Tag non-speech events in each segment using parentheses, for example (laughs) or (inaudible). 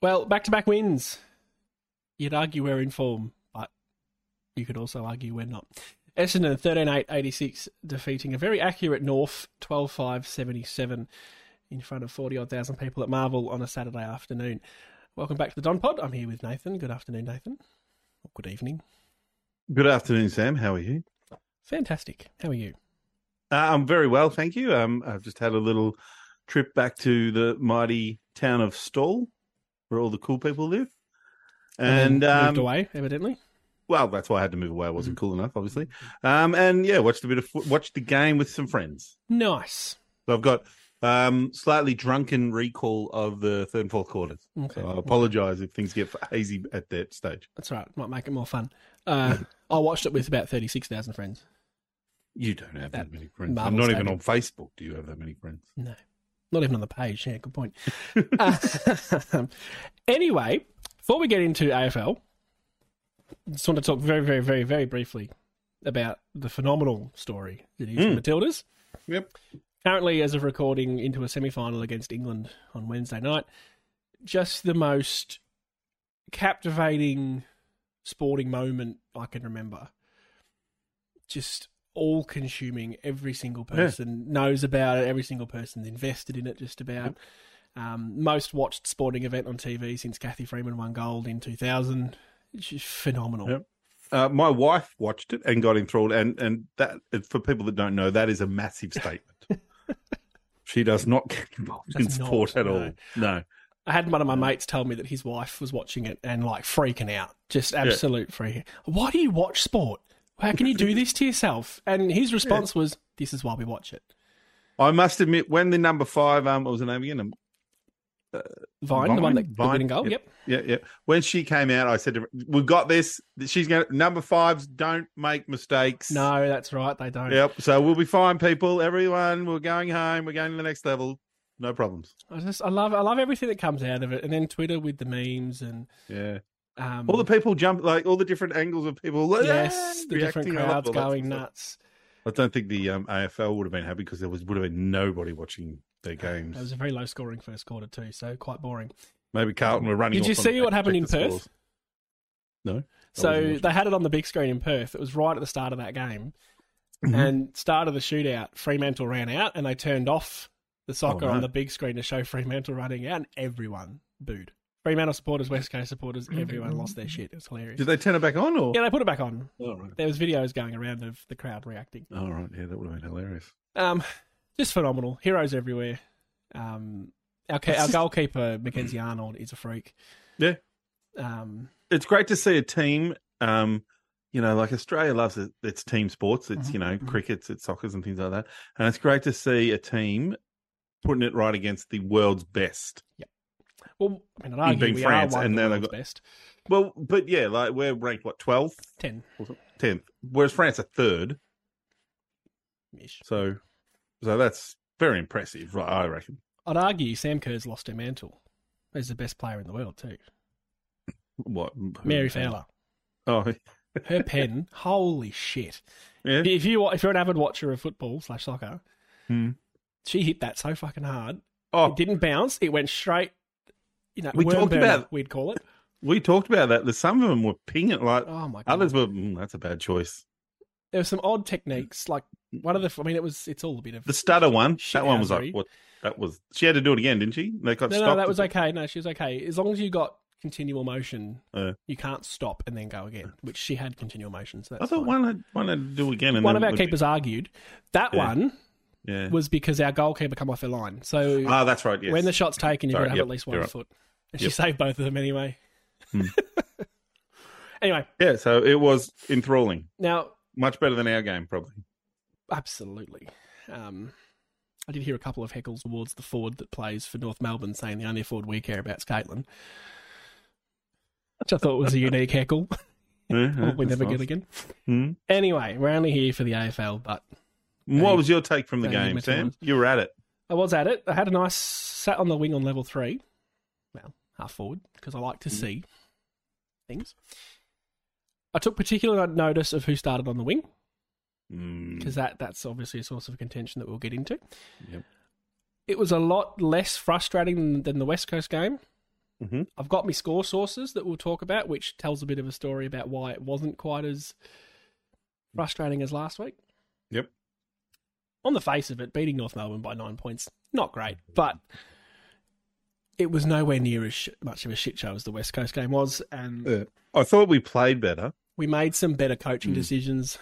well, back to back wins. You'd argue we're in form, but you could also argue we're not. Essendon 13 8 86, defeating a very accurate North 12 5 77 in front of 40 odd thousand people at Marvel on a Saturday afternoon. Welcome back to the Don Pod. I'm here with Nathan. Good afternoon, Nathan. Or good evening. Good afternoon, Sam. How are you? Fantastic. How are you? Uh, I'm very well, thank you. Um, I've just had a little trip back to the mighty town of Stall, where all the cool people live. And, then um, moved away, Mm-hmm. evidently. well, that's why I had to move away. I wasn't cool enough, obviously. Um, and yeah, watched a bit of fo- watched the game with some friends. Nice. So I've got um, slightly drunken recall of the third and fourth quarters. Okay. So I apologise if things get hazy at that stage. That's all right. Might make it more fun. Uh, (laughs) I watched it with about 36,000 friends. You don't have That that, many friends. Marvel I'm not Stadium. even on Facebook. Do you have that many friends? No, not even on the page. Yeah, good point. Um, (laughs) anyway, before we get into AFL, just want to talk very, very, very, very briefly about the phenomenal story that is Mm. Matildas. Yep. Currently, as of recording, into a semi final against England on Wednesday night. Just the most captivating sporting moment I can remember. Just all consuming. Every single Yeah. person knows about it. Every single person's invested in it. Just about um, most watched sporting event on TV since Kathy Freeman won gold in two thousand. It's just phenomenal. Yep. Uh, my wife watched it and got enthralled, and and that for people that don't know, that is a (laughs) massive statement. she does not get involved in Does not, sport at no. all. No, I had one of my mates tell me that his wife was watching it and like freaking out, just absolute freaking. Why do you watch sport? How can you (laughs) do this to yourself? And his response was, "This is why we watch it." I must admit, when the number five, um, what was the name again? Um, Vine, the one Vine? that the Vine? winning goal. Yep. Yeah, yeah. When she came out, I said, to her, "We've got this. She's going to number fives. Don't make mistakes." No, that's right. They don't. Yep. So we'll be fine, people. Everyone, we're going home. We're going to the next level. No problems. I just, I love, I love everything that comes out of it, and then Twitter with the memes and Yeah. um, All the people jump like all the different angles of people. yes, the different (laughs) reacting. I love crowds all that sort of going stuff. nuts. I don't think the um, AFL would have been happy because there was would have been nobody watching their games. It was a very low scoring first quarter too, so quite boring. Maybe Carlton were Did running. off you on see the what happened in expected Perth? scores. No. wasn't So watching. they had it on the big screen in Perth. It was right at the start of that game. Mm-hmm. And start of the shootout, Fremantle ran out and they turned off the soccer Oh, no. on the big screen to show Fremantle running out and everyone booed. Fremantle supporters, West Coast supporters, everyone lost their shit. It was hilarious. Mm-hmm. Did they turn it back on or? Yeah, they put it back on. Oh, right. There was videos going around of the crowd reacting. Oh, right. Yeah, that would have been hilarious. Um, just phenomenal. Heroes everywhere. Um, our, ca- our goalkeeper, Mackenzie Arnold, is a freak. Yeah. Um, It's great to see a team. Um, you know, like Australia loves it, its team sports. It's you know Mhm. crickets, it's soccer's and things like that. And it's great to see a team putting it right against the world's best. well, I mean, I'd argue being we France, are one and of the now they've world's got- best. Well, but yeah, like we're ranked what twelfth, 10 tenth, whereas France are third. ish. So, so that's very impressive, right? I reckon. I'd argue Sam Kerr's lost her mantle. He's the best player in the world too. What Mary Fowler, Oh, (laughs) her (laughs) pen, holy shit! yeah. If you if you're an avid watcher of football slash soccer, Hmm. she hit that so fucking hard. It Oh, didn't bounce. It went straight. You know, We worm talked burner, about- we'd call it. we talked about that. There's Some of them were pinging like Oh my god! others were. Mm, that's a bad choice. There were some odd techniques. Like one of the, I mean, it was it's all a bit of. The stutter one. that one was Shithousery. like what? That was. She had to do it again, didn't she? They got no, stopped. no, that was okay. No, she was okay. As long as you got continual motion, Uh. you can't stop and then go again. Which she had continual motion. So I that's thought fine. one had one had to do again. And one of then our it would be- keepers argued that Yeah. one Yeah. was because our goalkeeper come off the line. So Ah, that's right. Yes. when the shot's taken, you've got Sorry, to have yep, at least you're one right. foot. And she Yep. saved both of them anyway. Hmm. (laughs) anyway, yeah. So it was enthralling. now Much better than our game, (laughs) probably. absolutely. Um, I did hear a couple of heckles towards the forward that plays for North Melbourne saying the only forward we care about is Caitlin, which I thought was (laughs) a unique heckle. Yeah, yeah, (laughs) Probably that's never get nice. again. Hmm. Anyway, we're only here for the AFL, but What was your take from the Thank you, game, Sam? Matildas. You were at it. I was at it. I had a nice sat on the wing on level three. Well, half forward, because I like to see things. I took particular notice of who started on the wing, Mm. because that, that's obviously a source of contention that we'll get into. Yep. It was a lot less frustrating than, than the West Coast game. Mhm. I've got my score sources that we'll talk about, which tells a bit of a story about why it wasn't quite as frustrating as last week. Yep. On the face of it, beating North Melbourne by nine points, not great, but it was nowhere near as sh- much of a shit show as the West Coast game was, and Yeah. I thought we played better. we made some better coaching Mm. decisions.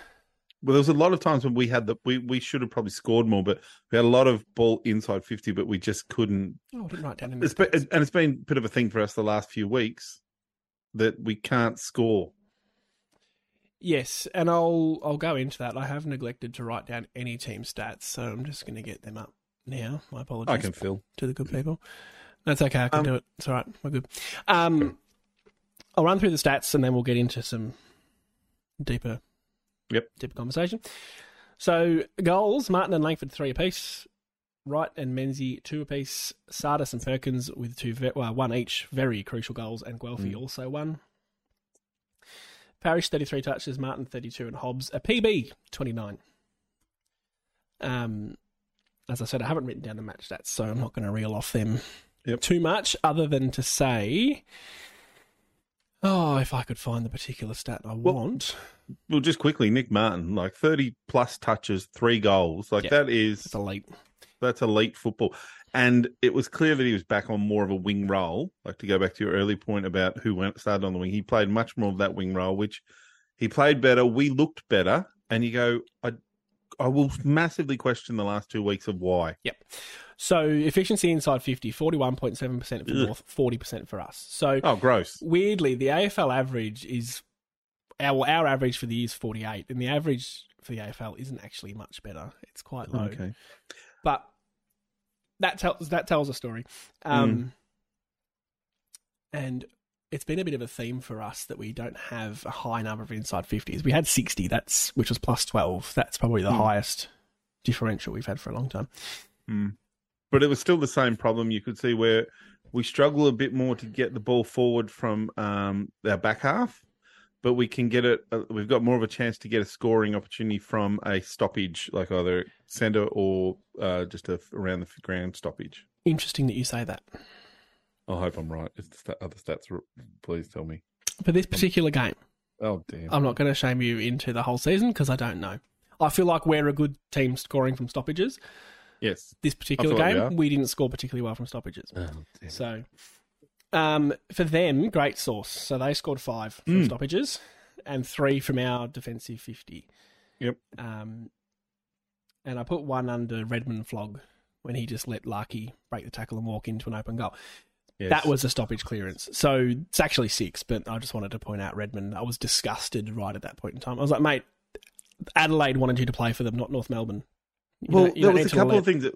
Well, there was a lot of times when we had the we, we should have probably scored more, but we had a lot of ball inside fifty, but we just couldn't. Oh, I didn't write down. any It's been, stats. and it's been a bit of a thing for us the last few weeks that we can't score. Yes, and I'll I'll go into that. I have neglected to write down any team stats, so I'm just going to get them up now. My apologies I can feel. to the good people. That's okay. I can Um, do it. It's all right. We're good. Um, Okay. I'll run through the stats and then we'll get into some deeper, Yep. deeper conversation. So goals: Martin and Langford three apiece, Wright and Menzie two apiece, Sardis and Perkins with two, ve- well, one each. Very crucial goals, and Mm. Guelphy also one. Parish thirty three touches, Martin thirty two, and Hobbs a PB twenty nine. Um, as I said, I haven't written down the match stats, so I'm not going to reel off them Yep. too much, other than to say, oh, if I could find the particular stat I Well, want, Well, just quickly, Nick Martin, like thirty plus touches, three goals, like Yeah. that is it's elite. That's elite football. And it was clear that he was back on more of a wing role. Like to go back to your early point about who went started on the wing, he played much more of that wing role, which he played better. We looked better, and you go, I, I will massively question the last two weeks of why. So efficiency inside 50, 41.7% for Ugh. North, 40% for us. So Oh, gross. weirdly, the AFL average is our our average for the year is 48, and the average for the AFL isn't actually much better. It's quite low. Okay. but that tells that tells a story. Mm. Um, And it's been a bit of a theme for us that we don't have a high number of inside fifties. We had sixty, that's which was plus twelve. That's probably the Mm. highest differential we've had for a long time. But it was still the same problem. You could see where we struggle a bit more to get the ball forward from um, our back half, but we can get it. Uh, we've got more of a chance to get a scoring opportunity from a stoppage, like either centre or uh, just a, around the ground stoppage. Interesting that you say that. I hope I'm right. If the sta- other stats, are, please tell me. For this particular game, Oh damn! I'm not going to shame you into the whole season because I don't know. I feel like we're a good team scoring from stoppages. yes. This particular like we game, are. we didn't score particularly well from stoppages. Oh, damn. So, um, for them, great source. So they scored five from Mm. stoppages and three from our defensive 50. Yep. Um, and I put one under Redmond Flog when he just let Larky break the tackle and walk into an open goal. Yes. That was a stoppage clearance. So it's actually six, but I just wanted to point out Redmond. I was disgusted right at that point in time. I was like, mate, Adelaide wanted you to play for them, not North Melbourne. You Well, don't- you there don't was need a to couple let- of things. That,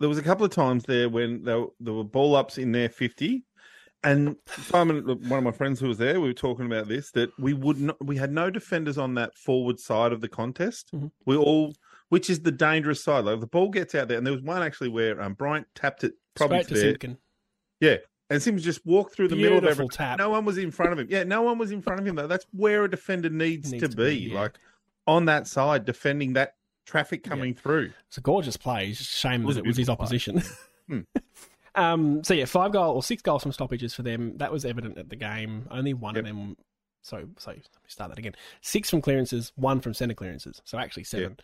there was a couple of times there when there, there were ball ups in their fifty, and Simon, one of my friends who was there, we were talking about this that we would not, we had no defenders on that forward side of the contest. Mhm. We all, which is the dangerous side. Like the ball gets out there, and there was one actually where um, Bryant tapped it probably Straight to to there, Simpkin. and Sims just walked through the middle of Beautiful everyone. tap. No one was in front of him. Yeah, no one was in front of him though. That's where a defender needs, Needs to, to be, be, yeah. like on that side, defending that traffic Yeah. coming through. It's a gorgeous play. It's just a shame It was that a it was his beautiful play. opposition. Hmm. (laughs) um, so yeah, five goal or six goals from stoppages for them. That was evident at the game. Only one of Yep. them. So so let me start that again. Six from clearances, one from centre clearances. So actually seven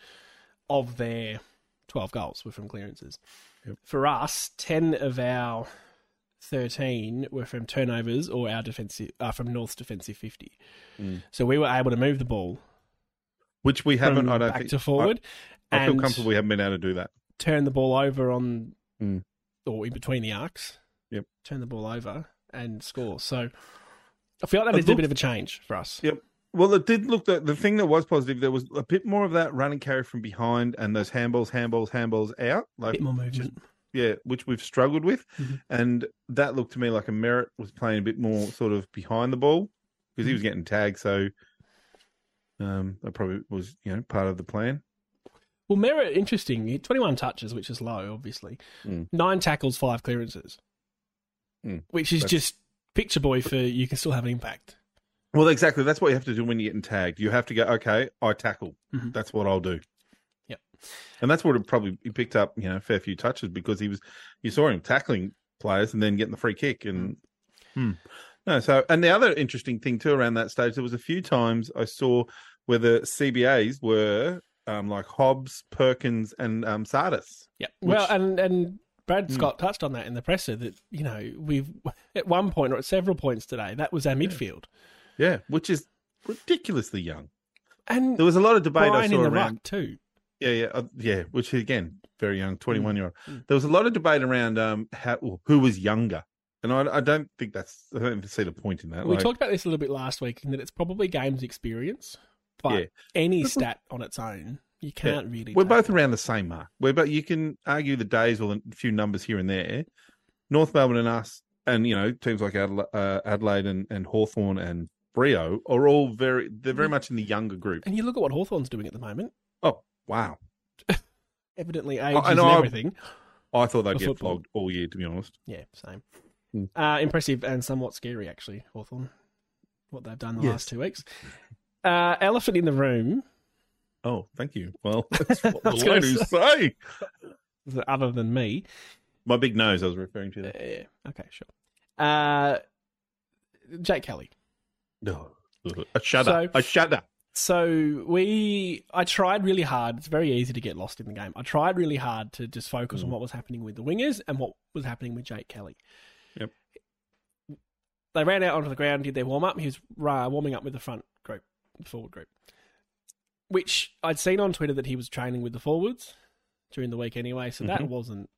of their twelve goals were from clearances. Yep. For us, ten of our thirteen were from turnovers or our defensive uh, from North's defensive fifty. Mm. So we were able to move the ball Which we haven't. from I don't back think to forward. I, I feel and- comfortable we haven't been able to do that. turn the ball over on Mm. or in between the arcs. Yep. Turn the ball over and score. So I feel like that It is a bit looks- of a change for us. Yeah. Well, it did look the, the thing that was positive. There was a bit more of that run and carry from behind, and those handballs, handballs, handballs out. A Like bit more movement. yeah, which we've struggled with, Mhm. and that looked to me like a merit was playing a bit more sort of behind the ball because he Mm-hmm. was getting tagged. So um, that probably was you know part of the plan. Well, Merritt, interesting. 21 touches, which is low, obviously. Mm. Nine tackles, five clearances, Mm. which is That's- just picture boy for you can still have an impact. Well, exactly. That's what you have to do when you're getting tagged. You have to go, okay, I tackle. Mhm. That's what I'll do. Yep. And that's what it probably he picked up, Mm-hmm. you know, a fair few touches because he was, you saw him tackling players and then getting the free kick. And No, so and the other interesting thing too around that stage, there was a few times I saw where the CBAs were um, like Hobbs, Perkins, and um, Sardis. Yeah. Well, Which- and and Brad Hmm. Scott touched on that in the presser that you know we've (laughs) at one point or at several points today that was our midfield Yeah, which is ridiculously young. and There was a lot of debate I Brian saw in the around. ruck too. Yeah, yeah, uh, yeah. Which again, very young, twenty-one year old. Mm. There was a lot of debate around um how well, who was younger, and I, I don't think that's I don't see the point in that. We Like, talked about this a little bit last week in that it's probably games experience, but Yeah. any (laughs) But- stat on its own you can't really. we're take. both around the same mark. We're both. You can argue the days or a few numbers here and there. North Melbourne and us, and you know teams like Adela- uh, Adelaide and and Hawthorn and Brio are all very. They're Mm. very much in the younger group. And you look at what Hawthorn's doing at the moment. Oh wow! Evidently, age I and know, I- everything. I thought they'd The get football. flogged all year. To be honest, Yeah, same. Hmm. Uh, impressive and somewhat scary, actually, Hawthorn. What they've done the Yes. last two weeks. Uh, elephant in the room, oh thank you. Well, (laughs) that's what (laughs) I the was gonna ladies say. other than me. My big nose. I was referring to Yeah, that. yeah. Okay, sure. Uh, Jake Kelly. No, a shudder. So- a shudder. So we, I tried really hard. It's very easy to get lost in the game. I tried really hard to just focus on Mhm. what was happening with the wingers and what was happening with Jake Kelly. Yep. They ran out onto the ground, did their warm up. He was uh, warming up with the front group, the forward group, which I'd seen on Twitter that he was training with the forwards during the week anyway. So that Mhm. wasn't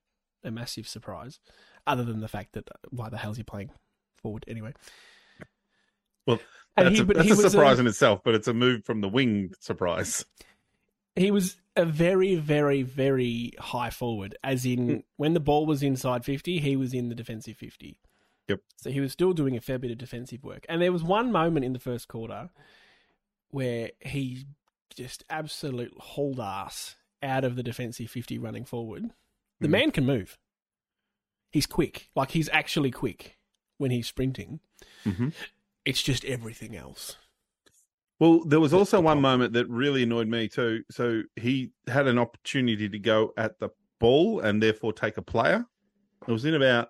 a massive surprise, other than the fact that uh, why the hell's he playing forward anyway? Well, And That's, he- a, but that's he a was, um, surprise in itself, but it's a move from the wing surprise. He was a very, very, very high forward. As in, Mm. when the ball was inside fifty, he was in the defensive fifty. Yep. So he was still doing a fair bit of defensive work. And there was one moment in the first quarter where he just absolute hauled ass out of the defensive fifty running forward. The Mhm. man can move. He's quick. Like he's actually quick when he's sprinting. Mhm. It's just everything else. Well, there was That's also the one problem. moment that really annoyed me too. So he had an opportunity to go at the ball and therefore take a player. It was in about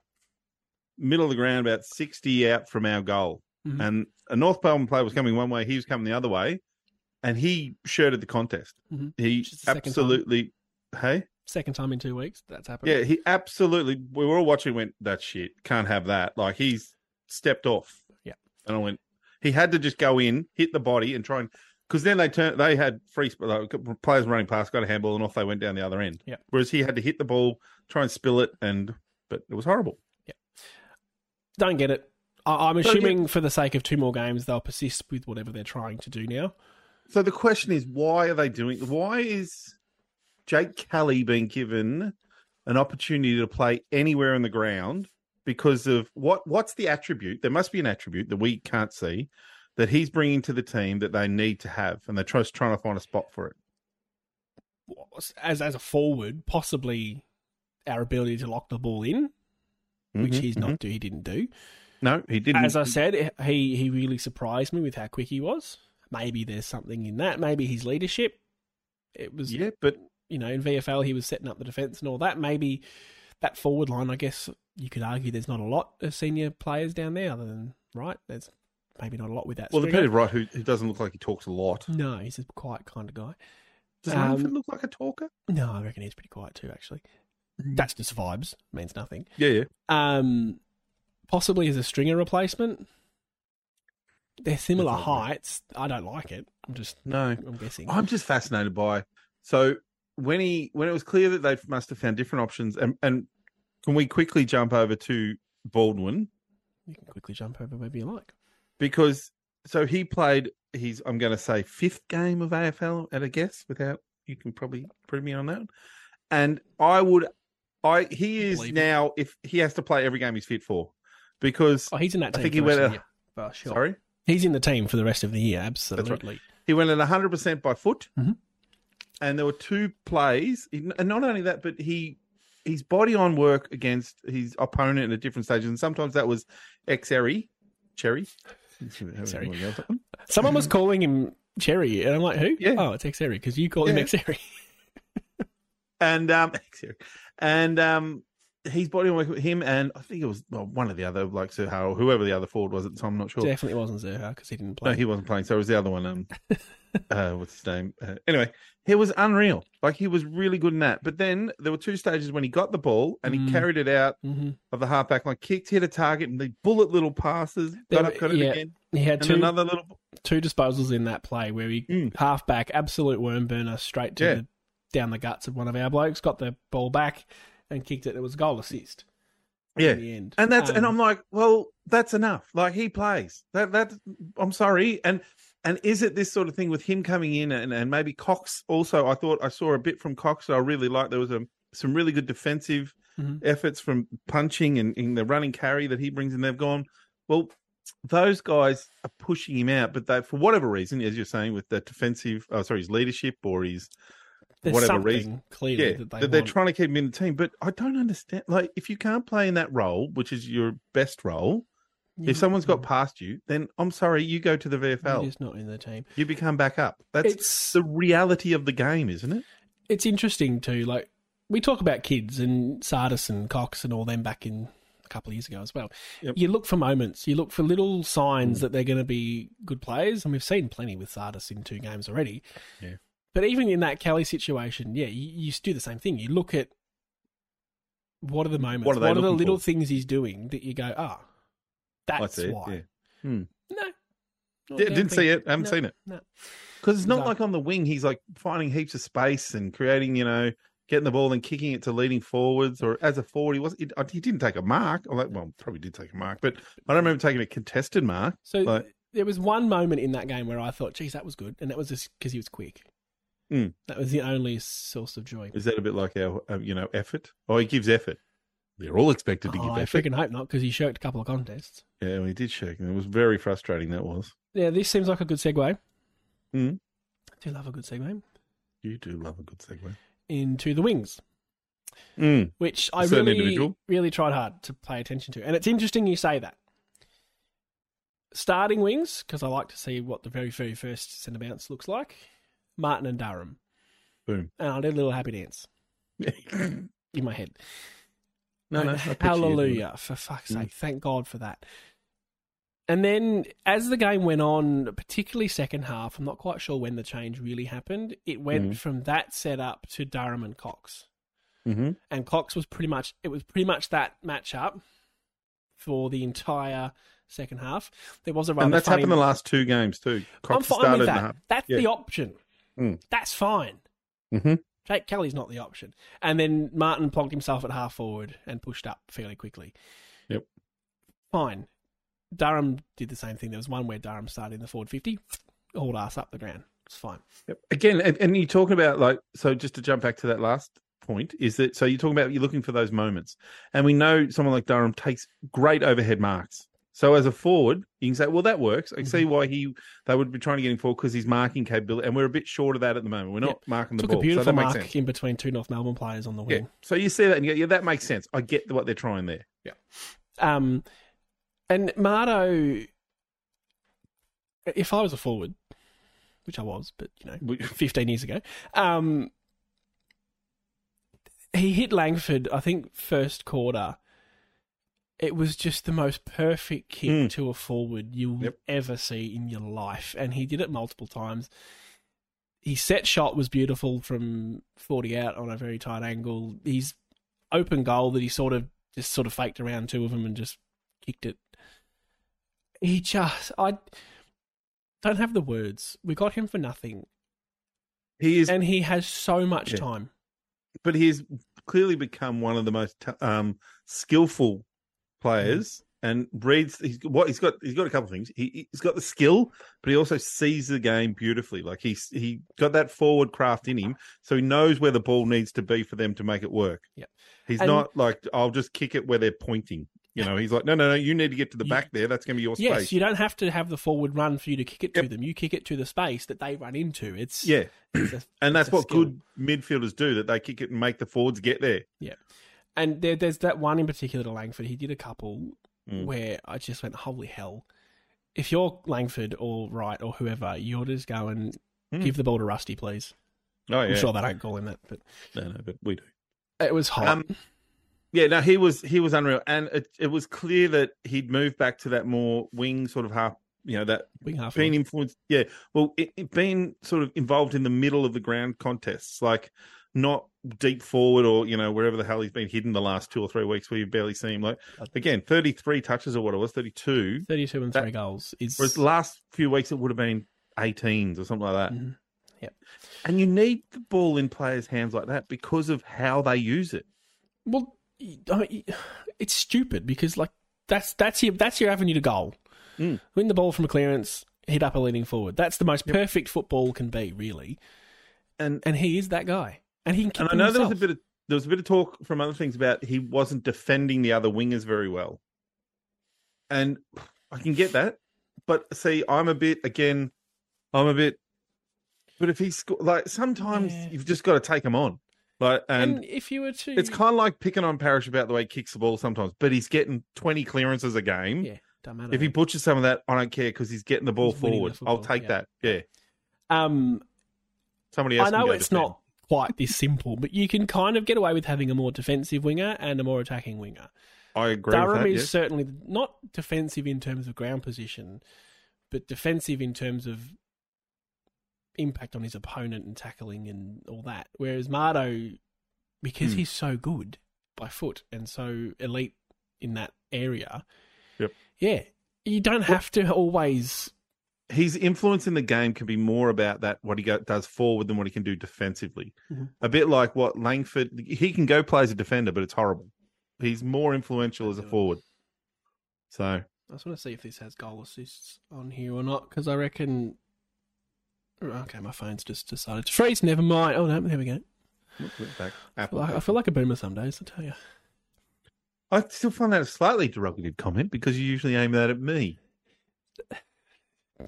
middle of the ground, about 60 out from our goal. Mhm. And a North Melbourne player was coming one way, he was coming the other way, and he shirted the contest. Mhm. He Which is the second time. absolutely, hey? Second time in two weeks that's happened. Yeah, he absolutely. We were all watching. Went that shit. Can't have that. Like he's stepped off. Yeah. and I went. He had to just go in, hit the body, and try and because then they turned. They had free sp- like, players running past, got a handball, and off they went down the other end. Yeah. Whereas he had to hit the ball, try and spill it, and but it was horrible. don't get it. I- I'm So, assuming for the sake of two more games, they'll persist with whatever they're trying to do now. So the question is, why are they doing? Why is Jake Kelly being given an opportunity to play anywhere in the ground because of what? What's the attribute? There must be an attribute that we can't see that he's bringing to the team that they need to have, and they're just trying to find a spot for it. As as a forward, possibly our ability to lock the ball in, which Mhm, he's mhm. not do he didn't do. No, he didn't. Mm-hmm, As I said, he he really surprised me with how quick he was. Maybe there's something in that. Maybe his leadership. It was yeah, but you know in VFL he was setting up the defense and all that. Maybe that forward line. I guess you could argue there's not a lot of senior players down there other than right. There's maybe not a lot with that. well, the Stringer. Peter Wright, who, who doesn't look like he talks a lot, No, he's a quiet kind of guy. does Um, Langford look like a talker? No, I reckon he's pretty quiet too, actually. Mm. That's just vibes, means nothing. Yeah, yeah. Um, possibly as a stringer replacement. They're similar That's all right. heights. I don't like it. I'm just, No, I'm guessing. I'm just fascinated by so when he when it was clear that they must have found different options and and can we quickly jump over to Baldwin You can quickly jump over wherever you like. because so he played his I'm going to say fifth game of AFL at a guess without you can probably prove me on that and I would I he is Believe it. now if he has to play every game he's fit for because Oh, he's in that I team. think for he the rest went of the a- uh, year. Oh, sure. sorry He's in the team for the rest of the year. Absolutely. He went at 100% by foot. Mhm. And there were two plays. And not only that, but he his body on work against his opponent at different stages. And sometimes that was Xerry, Cherry. Xerri. Someone was calling him Cherry, and I'm like, who? Yeah. Oh, it's Xeri because you call him Yeah. (laughs) Xeri. And um, Xerri. and um, he's body work him and I think it was well, one of the other like Suhar or whoever the other forward was at the time. I'm not sure. Definitely wasn't Zerha because he didn't play. No, he wasn't playing. So it was the other one. (laughs) Um, uh, what's his name? Uh, anyway, he was unreal. Like he was really good in that. But then there were two stages when he got the ball and he Mm. carried it out hmm of the halfback line, kicked, hit a target, and the bullet little passes. There Got were- up, got it yeah. again, He had and two another little. two disposals in that play where he Mm. half back, absolute worm burner, straight to Yeah. the, down the guts of one of our blokes, got the ball back and kicked it. It was a goal assist. Yeah, in the end. and that's and Um, I'm like, well, that's enough. Like he plays that. That I'm sorry. And and is it this sort of thing with him coming in and and maybe Cox also? I thought I saw a bit from Cox that I really liked. There was a some really good defensive Mhm. efforts from punching and in the running carry that he brings, and they've gone well. Those guys are pushing him out, but they, for whatever reason, as you're saying, with the defensive, oh, sorry, his leadership or his there's whatever something reason- clearly yeah, that they that they're want. trying to keep him in the team. But I don't understand. Like, if you can't play in that role, which is your best role, You- if someone's got mm, past you, then I'm sorry, you go to the you're VFL. just not in the team. You become back up. That's it's the reality of the game, isn't it? it's interesting too. Like we talk about kids and Sardis and Cox and all them back in a couple of years ago as well. Yep. Hmm. You look for moments. You look for little signs that they're going to be good players, and we've seen plenty with Sardis in two games already. Yeah. But even in that Kelly situation, yeah, you, you do the same thing. You look at what are the moments, What are they the looking little for? things he's doing that you go, ah, that's it. why. Yeah. No, not Yeah, didn't definitely. see it. I haven't No. seen it. No. Because it's not Exactly. like on the wing, he's like finding heaps of space and creating, you know, getting the ball and kicking it to leading forwards or as a forward. He was he, he didn't take a mark. Or like, well, probably did take a mark, but I don't remember taking a contested mark. So Like- there was one moment in that game where I thought, "Geez, that was good," and that was just because he was quick. Mm. That was the only source of joy. Is that a bit like our, um, you know, effort? Oh, he gives effort. They're all expected to Oh, give I effort. freaking hope not, because he shirked a couple of contests. Yeah, we did shake, and it was very frustrating. That was. Yeah, this seems like a good segue. Mm. I do love a good segue You do love a good segue. into the wings, Mm. which A I certain really, individual. really tried hard to pay attention to. And it's interesting you say that. Starting wings, because I like to see what the very, very first centre bounce looks like. Martin and Durham, (clears throat) Boom. and I did a little happy dance no, in my head. no. (laughs) I And picture you doing Mm. it. hallelujah, for fuck's sake. Thank God for that. And then as the game went on, particularly second half, I'm not quite sure when the change really happened. It went Mhm. from that setup to Durham and Cox. Mhm. And Cox was pretty much it was pretty much that matchup for the entire second half. There was a rather And that's funny happened the last two games too. I'm Cox fine with started. that. and That's Yeah. the option. Mm. That's fine. Mhm. Jake Kelly's not the option. And then Martin plugged himself at half forward and pushed up fairly quickly. Yep. Fine. Durham did the same thing. There was one where Durham started in the forward 50, hauled ass up the ground. It's fine. Yep. Again, and, and you're talking about like so. Just to jump back to that last point, is that so? You're talking about you're looking for those moments, and we know someone like Durham takes great overhead marks. So as a forward, you can say, "Well, that works." I can Mm-hmm. see why he they would be trying to get him forward because he's marking capability, and we're a bit short of that at the moment. We're not marking the Took ball, a so beautiful that makes sense. mark in between two North Melbourne players on the Yeah. wing. So you see that and you go, yeah, that makes sense. I get what they're trying there. Yeah. Um, and Mardo, if I was a forward, which I was, but you know, (laughs) 15 years ago. Um, he hit Langford, I think, first quarter. It was just the most perfect kick Mm. to a forward you'll Yep. ever see in your life. And he did it multiple times. His set shot was beautiful from 40 out on a very tight angle. His open goal that he sort of just sort of faked around two of them and just kicked it. He just, I don't have the words. We got him for nothing He is, and he has so much Yeah. time. but he's clearly become one of the most t- um, skillful players Mm. and reads. He's what he's got. He's got a couple of things. He, he's got the skill, but he also sees the game beautifully. Like he's he got that forward craft in him, so he knows where the ball needs to be for them to make it work. Yep. He's And- not like I'll just kick it where they're pointing. You know, he's like, no, no, no. You need to get to the You- back there. That's going to be your Yes, space. you don't have to have the forward run for you to kick it to Yep. them. You kick it to the space that they run into. It's (clears throat) yeah. it's a- And it's that's a what skill. good midfielders do that they kick it and make the forwards get there. And there, there's that one in particular to Langford. He did a couple Mm. where I just went, holy hell. If you're Langford or Wright or whoever, you're just going, Mm. give the ball to Rusty, please. Oh, yeah. I'm sure they don't call him that, but No, no, but we do. it was hot. Um, Yeah, no, he was he was unreal, and it, it was clear that he'd moved back to that more wing sort of half, you know, that Wing half. being influenced. Yeah, well, it, it being sort of involved in the middle of the ground contests, like not deep forward or you know wherever the hell he's been hidden the last two or three weeks where you barely see him. Like again, thirty three touches or what it was, thirty two. 32 and That- three goals is Whereas the last few weeks it would have been 18s or something like that. Mhm. Yep. And you need the ball in players' hands like that because of how they use it. well y- I mean, y- it's stupid because like that's that's your that's your avenue to goal Mm. win the ball from a clearance hit up a leading forward that's the most perfect football can be really And and he is that guy and he can and keep I know there was a bit of there was a bit of talk from other things about he wasn't defending the other wingers very well. And I can get that. But see, I'm a bit again, I'm a bit but if he's sco- like sometimes Yeah. you've just got to take him on. Like and, and if you were to it's kind of like picking on Parrish about the way he kicks the ball sometimes, but he's getting 20 clearances a game. yeah don't matter If he butchers some of that, I don't care because he's getting the ball He's winning the forward. I'll football, take yeah. that. Yeah, um somebody I else. can know go it's defend. not quite this simple, but you can kind of get away with having a more defensive winger and a more attacking winger. I agree. Durham with that, is yes. certainly not defensive in terms of ground position, but defensive in terms of impact on his opponent and tackling and all that. Whereas Mardo, because Hmm. he's so good by foot and so elite in that area, Yep. yeah, you don't have to always. his influence in the game can be more about that what he go, does forward than what he can do defensively. Mhm. A bit like what Langford, he can go play as a defender, but it's horrible. He's more influential as a Yeah. forward. So I just want to see if this has goal assists on here or not, because I reckon. Okay, my phone's just decided to freeze. Never mind. Oh no, there we go. went back. Well, I I feel like a boomer some days. I tell you. I still find that a slightly derogative comment because you usually aim that at me, If,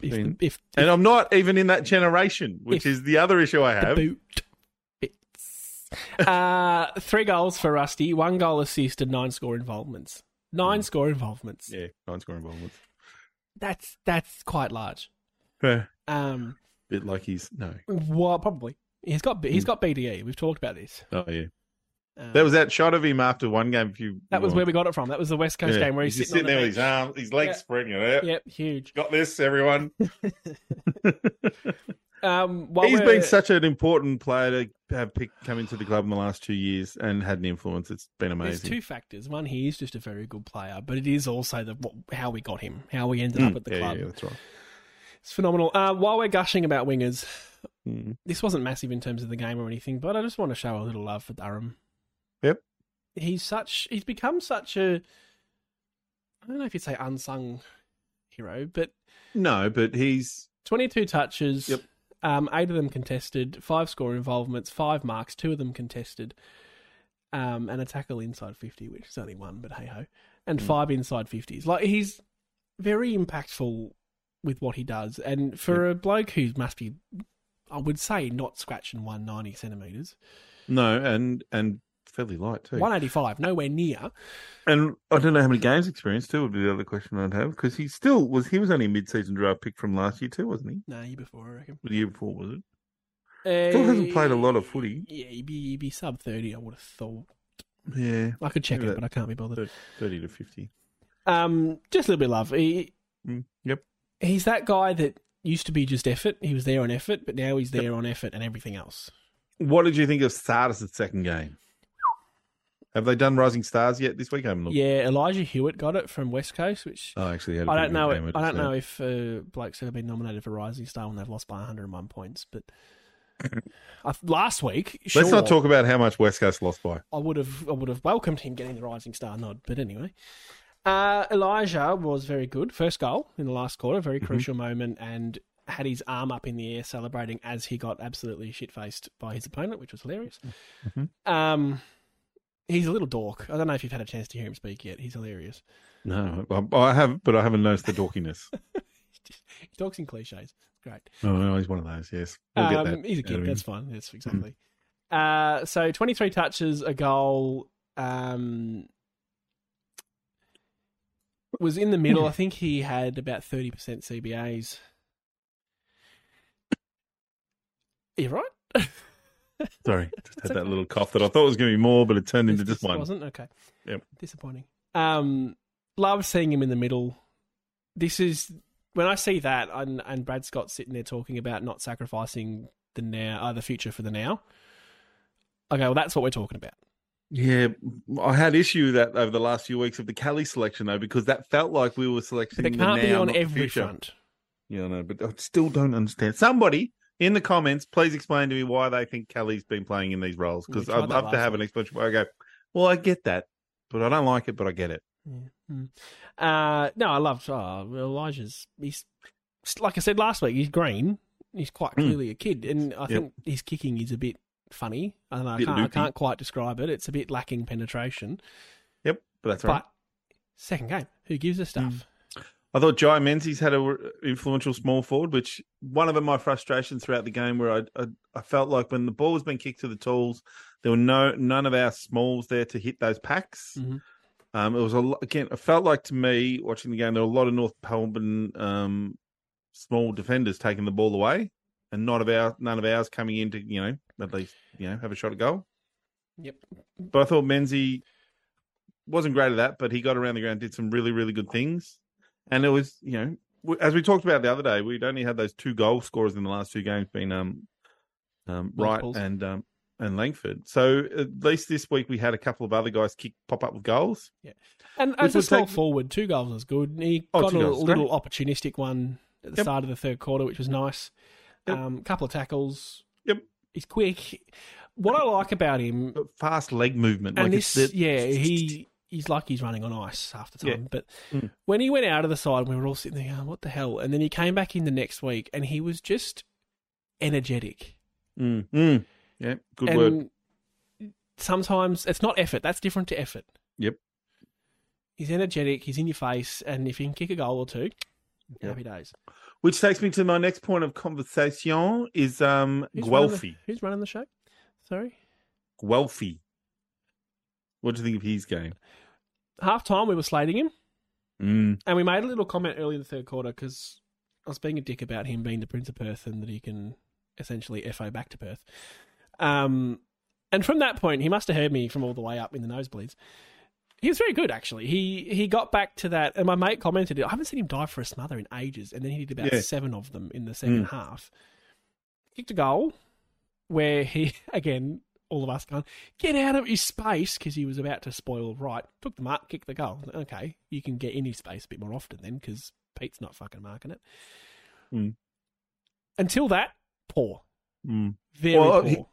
the, Been- if, and I'm not even in that generation, which If- is the other issue I the have. boot fits. uh, three goals for Rusty, one goal assist, and nine score involvements. Nine score involvements. Hmm. Yeah, nine scoring involvement. That's that's quite large. Yeah. Um, Bit like he's no. well, probably he's got he's got BDE. We've talked about this. Oh yeah. Um, There was Hmm. that shot of him after one game. If you that was where we got it from. That was the West Coast game where he's, just sitting, sitting there on with the his arms, his legs Yeah. spreading out. bench. Yep, huge. Got this, everyone. Um, while He's we're- been such an important player to have picked come into the club in the last two years and had an influence. It's been There's amazing. two factors. One, he is just a very good player, but it is also the what- how we got him, how we ended Mm, up at the yeah, club. yeah, that's right. It's phenomenal. Uh, while we're gushing about wingers, Mm. this wasn't massive in terms of the game or anything, but I just want to show a little love for Durham. Yep. He's such he's become such a I don't know if you'd say unsung hero, but No, but he's 22 touches, Yep. um, eight of them contested, five score involvements, five marks, two of them contested, um, and a tackle inside 50, which is only one, but hey ho, and Hmm. five inside 50s. Like, he's very impactful with what he does. And for a bloke who must be, I would say, not scratching 190 centimetres, no, and and fairly light too. 185, nowhere near. And I don't know how many games experience too would be the other question I'd have because he still was. He was only a mid-season draft pick from last year too, wasn't he? No, year before, I reckon. The year before was it? Still Still hasn't played a lot of footy. Yeah, he'd be, he'd be sub 30, I would have thought. Yeah, I could check Maybe it, that- but I can't be bothered. thirty to fifty. Um, just a little bit of love. He, Mm, yep. He's that guy that used to be just effort. He was there on effort, but now he's there on effort and everything else. What did you think of Sardis' second game? Have they done Rising Stars yet this week? I haven't looked. Yeah, Elijah Hewitt got it from West Coast, which I actually had. a I pretty don't good know. game, I don't just know if uh, blokes have been nominated for Rising Star when they've lost by 101 points, (laughs) but I, last week, said. sure, Let's not talk about how much West Coast lost by. I would have I would have welcomed him getting the Rising Star nod, but anyway. Uh, Elijah was very good. First goal in the last quarter, very crucial moment, and had his arm up in the air celebrating as he got absolutely shit faced by his opponent, which was hilarious. Mhm. Um, he's a little dork. I don't know if you've had a chance to hear him speak yet. He's hilarious. No, I, I have, but I haven't noticed the dorkiness. (laughs) He talks in cliches. It's Great. oh, no, he's one of those. Yes, we'll get that. Mm-hmm. He's a out of kid. him. Um, That's fine. That's exactly. Uh, so 23 touches, a goal. Um, was in the middle. Hmm. I think he had about 30% CBAs. Are you right? Sorry, just had It's that okay. little cough that I thought was going to be more, but it turned into This- just this one. Wasn't okay. Yep. Disappointing. Um, love seeing him in the middle. This is when I see that, and and Brad Scott sitting there talking about not sacrificing the now, uh, the future for the now. Okay, well that's what we're talking about. Yeah, I had issue with that over the last few weeks of the Cali selection though, because that felt like we were selecting. They the can't be now, on not the every future. front. Yeah, no, but I still don't understand. Somebody in the comments, please explain to me why they think Kelly's been playing in these roles. We Because tried that I'd love to last have an explanation where I go, well, I get that, but I don't like it, but I get it. Hmm. Uh, no, I loved uh, Elijah's. He's like I said last week. He's green. He's quite Mm. clearly a kid, and I think his kicking is a bit funny. I don't know. I Bit can't, I loopy. can't quite describe it. It's a bit lacking penetration. Yep, but that's all right. Mm. But second game, who gives a stuff? I thought Jai Menzies had a influential small forward, which one of my frustrations throughout the game where I, I I felt like when the ball was being kicked to the tools, there were no none of our smalls there to hit those packs. Mhm. Um, it was a lo- again. It felt like to me watching the game there were a lot of North Melbourne um, small defenders taking the ball away, and not of our none of ours coming in to you know at least you know have a shot at goal. Yep. But I thought Menzies wasn't great at that, but he got around the ground, did some really, really good things. And it was, you know, w- as we talked about the other day, we'd only had those two goal scorers in the last two games being um, um, Wright Pauls. and um, and Langford. So at least this week we had a couple of other guys kick pop up with goals. And Which as a would small take- forward, two goals is good. And he Oh, got a two goals, little opportunistic one at the Yep. start of the third quarter, which was nice. Yep. Um, couple of tackles. Yep. He's quick. What I like about him But fast leg movement. and like this, it's the- yeah, he he's like he's running on ice half the Yeah. time. But Mm. when he went out of the side, we were all sitting there, going, "What the hell?" And then he came back in the next week, and he was just energetic. Mm, mm. yeah, good and work. Sometimes it's not effort. That's different to effort. Yep. He's energetic. He's in your face, and if he can kick a goal or two, Yep. happy days. Which takes me to my next point of conversation is um, Who's running Guelphy. the- who's running the show? Sorry. Guelphy. What do you think of his game? Half time, we were slating him, Mm. and we made a little comment early in the third quarter because I was being a dick about him being the Prince of Perth and that he can essentially FO back to Perth. Um, and from that point, he must have heard me from all the way up in the nosebleeds. He was very good, actually. He he got back to that, and my mate commented, "I haven't seen him dive for a smother in ages." And then he did about Yeah. seven of them Hmm. in the second half. Kicked a goal where he (laughs) again, all of us going, "Get out of his space," because he was about to spoil right. Took the mark, kicked the goal. Okay, you can get in his space a bit more often then, because Pete's not fucking marking it. Mm. Until that, poor, Mm. very Well, poor. he-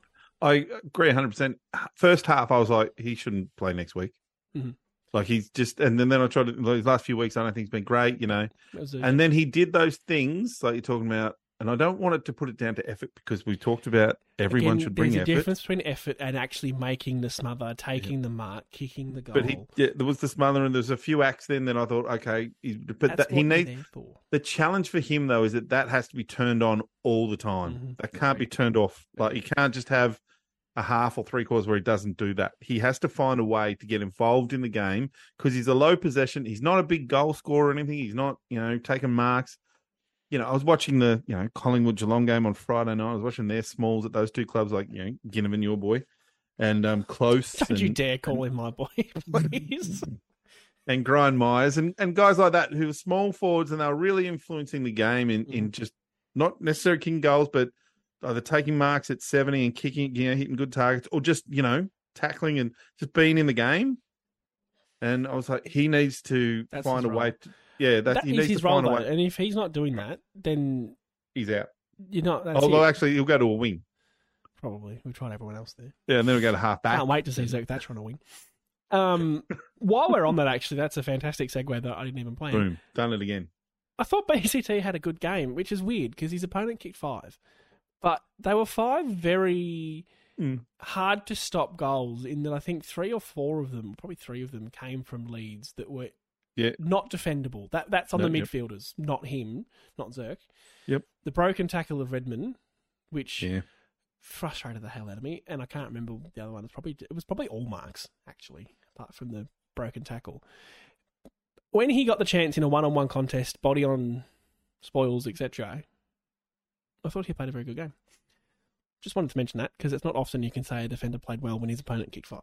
I agree 100%. First half, I was like, he shouldn't play next week. Mhm. Like he's just, and then, then I tried to, these last few weeks, I don't think he's been great, you know. It was a- And then he did those things like you're talking about. And I don't want it to put it down to effort because we talked about everyone Again, should bring There's effort. a difference between effort and actually making the smother, taking the mark, kicking the goal. But he, yeah, there was the smother, and there's a few acts then that I thought, okay, he, but That's that, he what we're needs, there for. the challenge for him though is that that has to be turned on all the time. Mhm. That can't be turned off. Like you can't just have a half or three quarters where he doesn't do that. He has to find a way to get involved in the game because he's a low possession. He's not a big goal scorer or anything. He's not, you know, taking marks. You know, I was watching the, you know, Collingwood Geelong game on Friday night. I was watching their smalls at those two clubs, like, you know, Ginnivan, your boy, and um, (laughs) Close. Don't and, you dare call him my boy, (laughs) please. and Grind Myers and, and guys like that who were small forwards and they were really influencing the game in, Mm. in just not necessarily kicking goals, but either taking marks at 70 and kicking, you know, hitting good targets or just, you know, tackling and just being in the game. And I was like, he needs to That's find a his way. role. To, yeah, that, that he is needs to his role, find a though. way. And if he's not doing that, then He's out. you're not. That's Although it, actually, he'll go to a wing. probably. We've tried everyone else there. Yeah, and then he'll go to half back. Can't wait to see Zach Thatcher on a wing. Um, (laughs) while we're on that, actually, that's a fantastic segue that I didn't even plan. Boom, done it again. I thought BCT had a good game, which is weird because his opponent kicked five, but they were five very Mm. hard to stop goals. In that, I think three or four of them, probably three of them, came from leads that were Yeah. not defendable. That that's on No, the yep. midfielders, not him, not Zerk. Yep. The broken tackle of Redmond, which Yeah, frustrated the hell out of me, and I can't remember the other one. It's probably it was probably all marks actually, apart from the broken tackle. When he got the chance in a one-on-one contest, body on spoils, etc., I thought he played a very good game. Just wanted to mention that because it's not often you can say a defender played well when his opponent kicked five.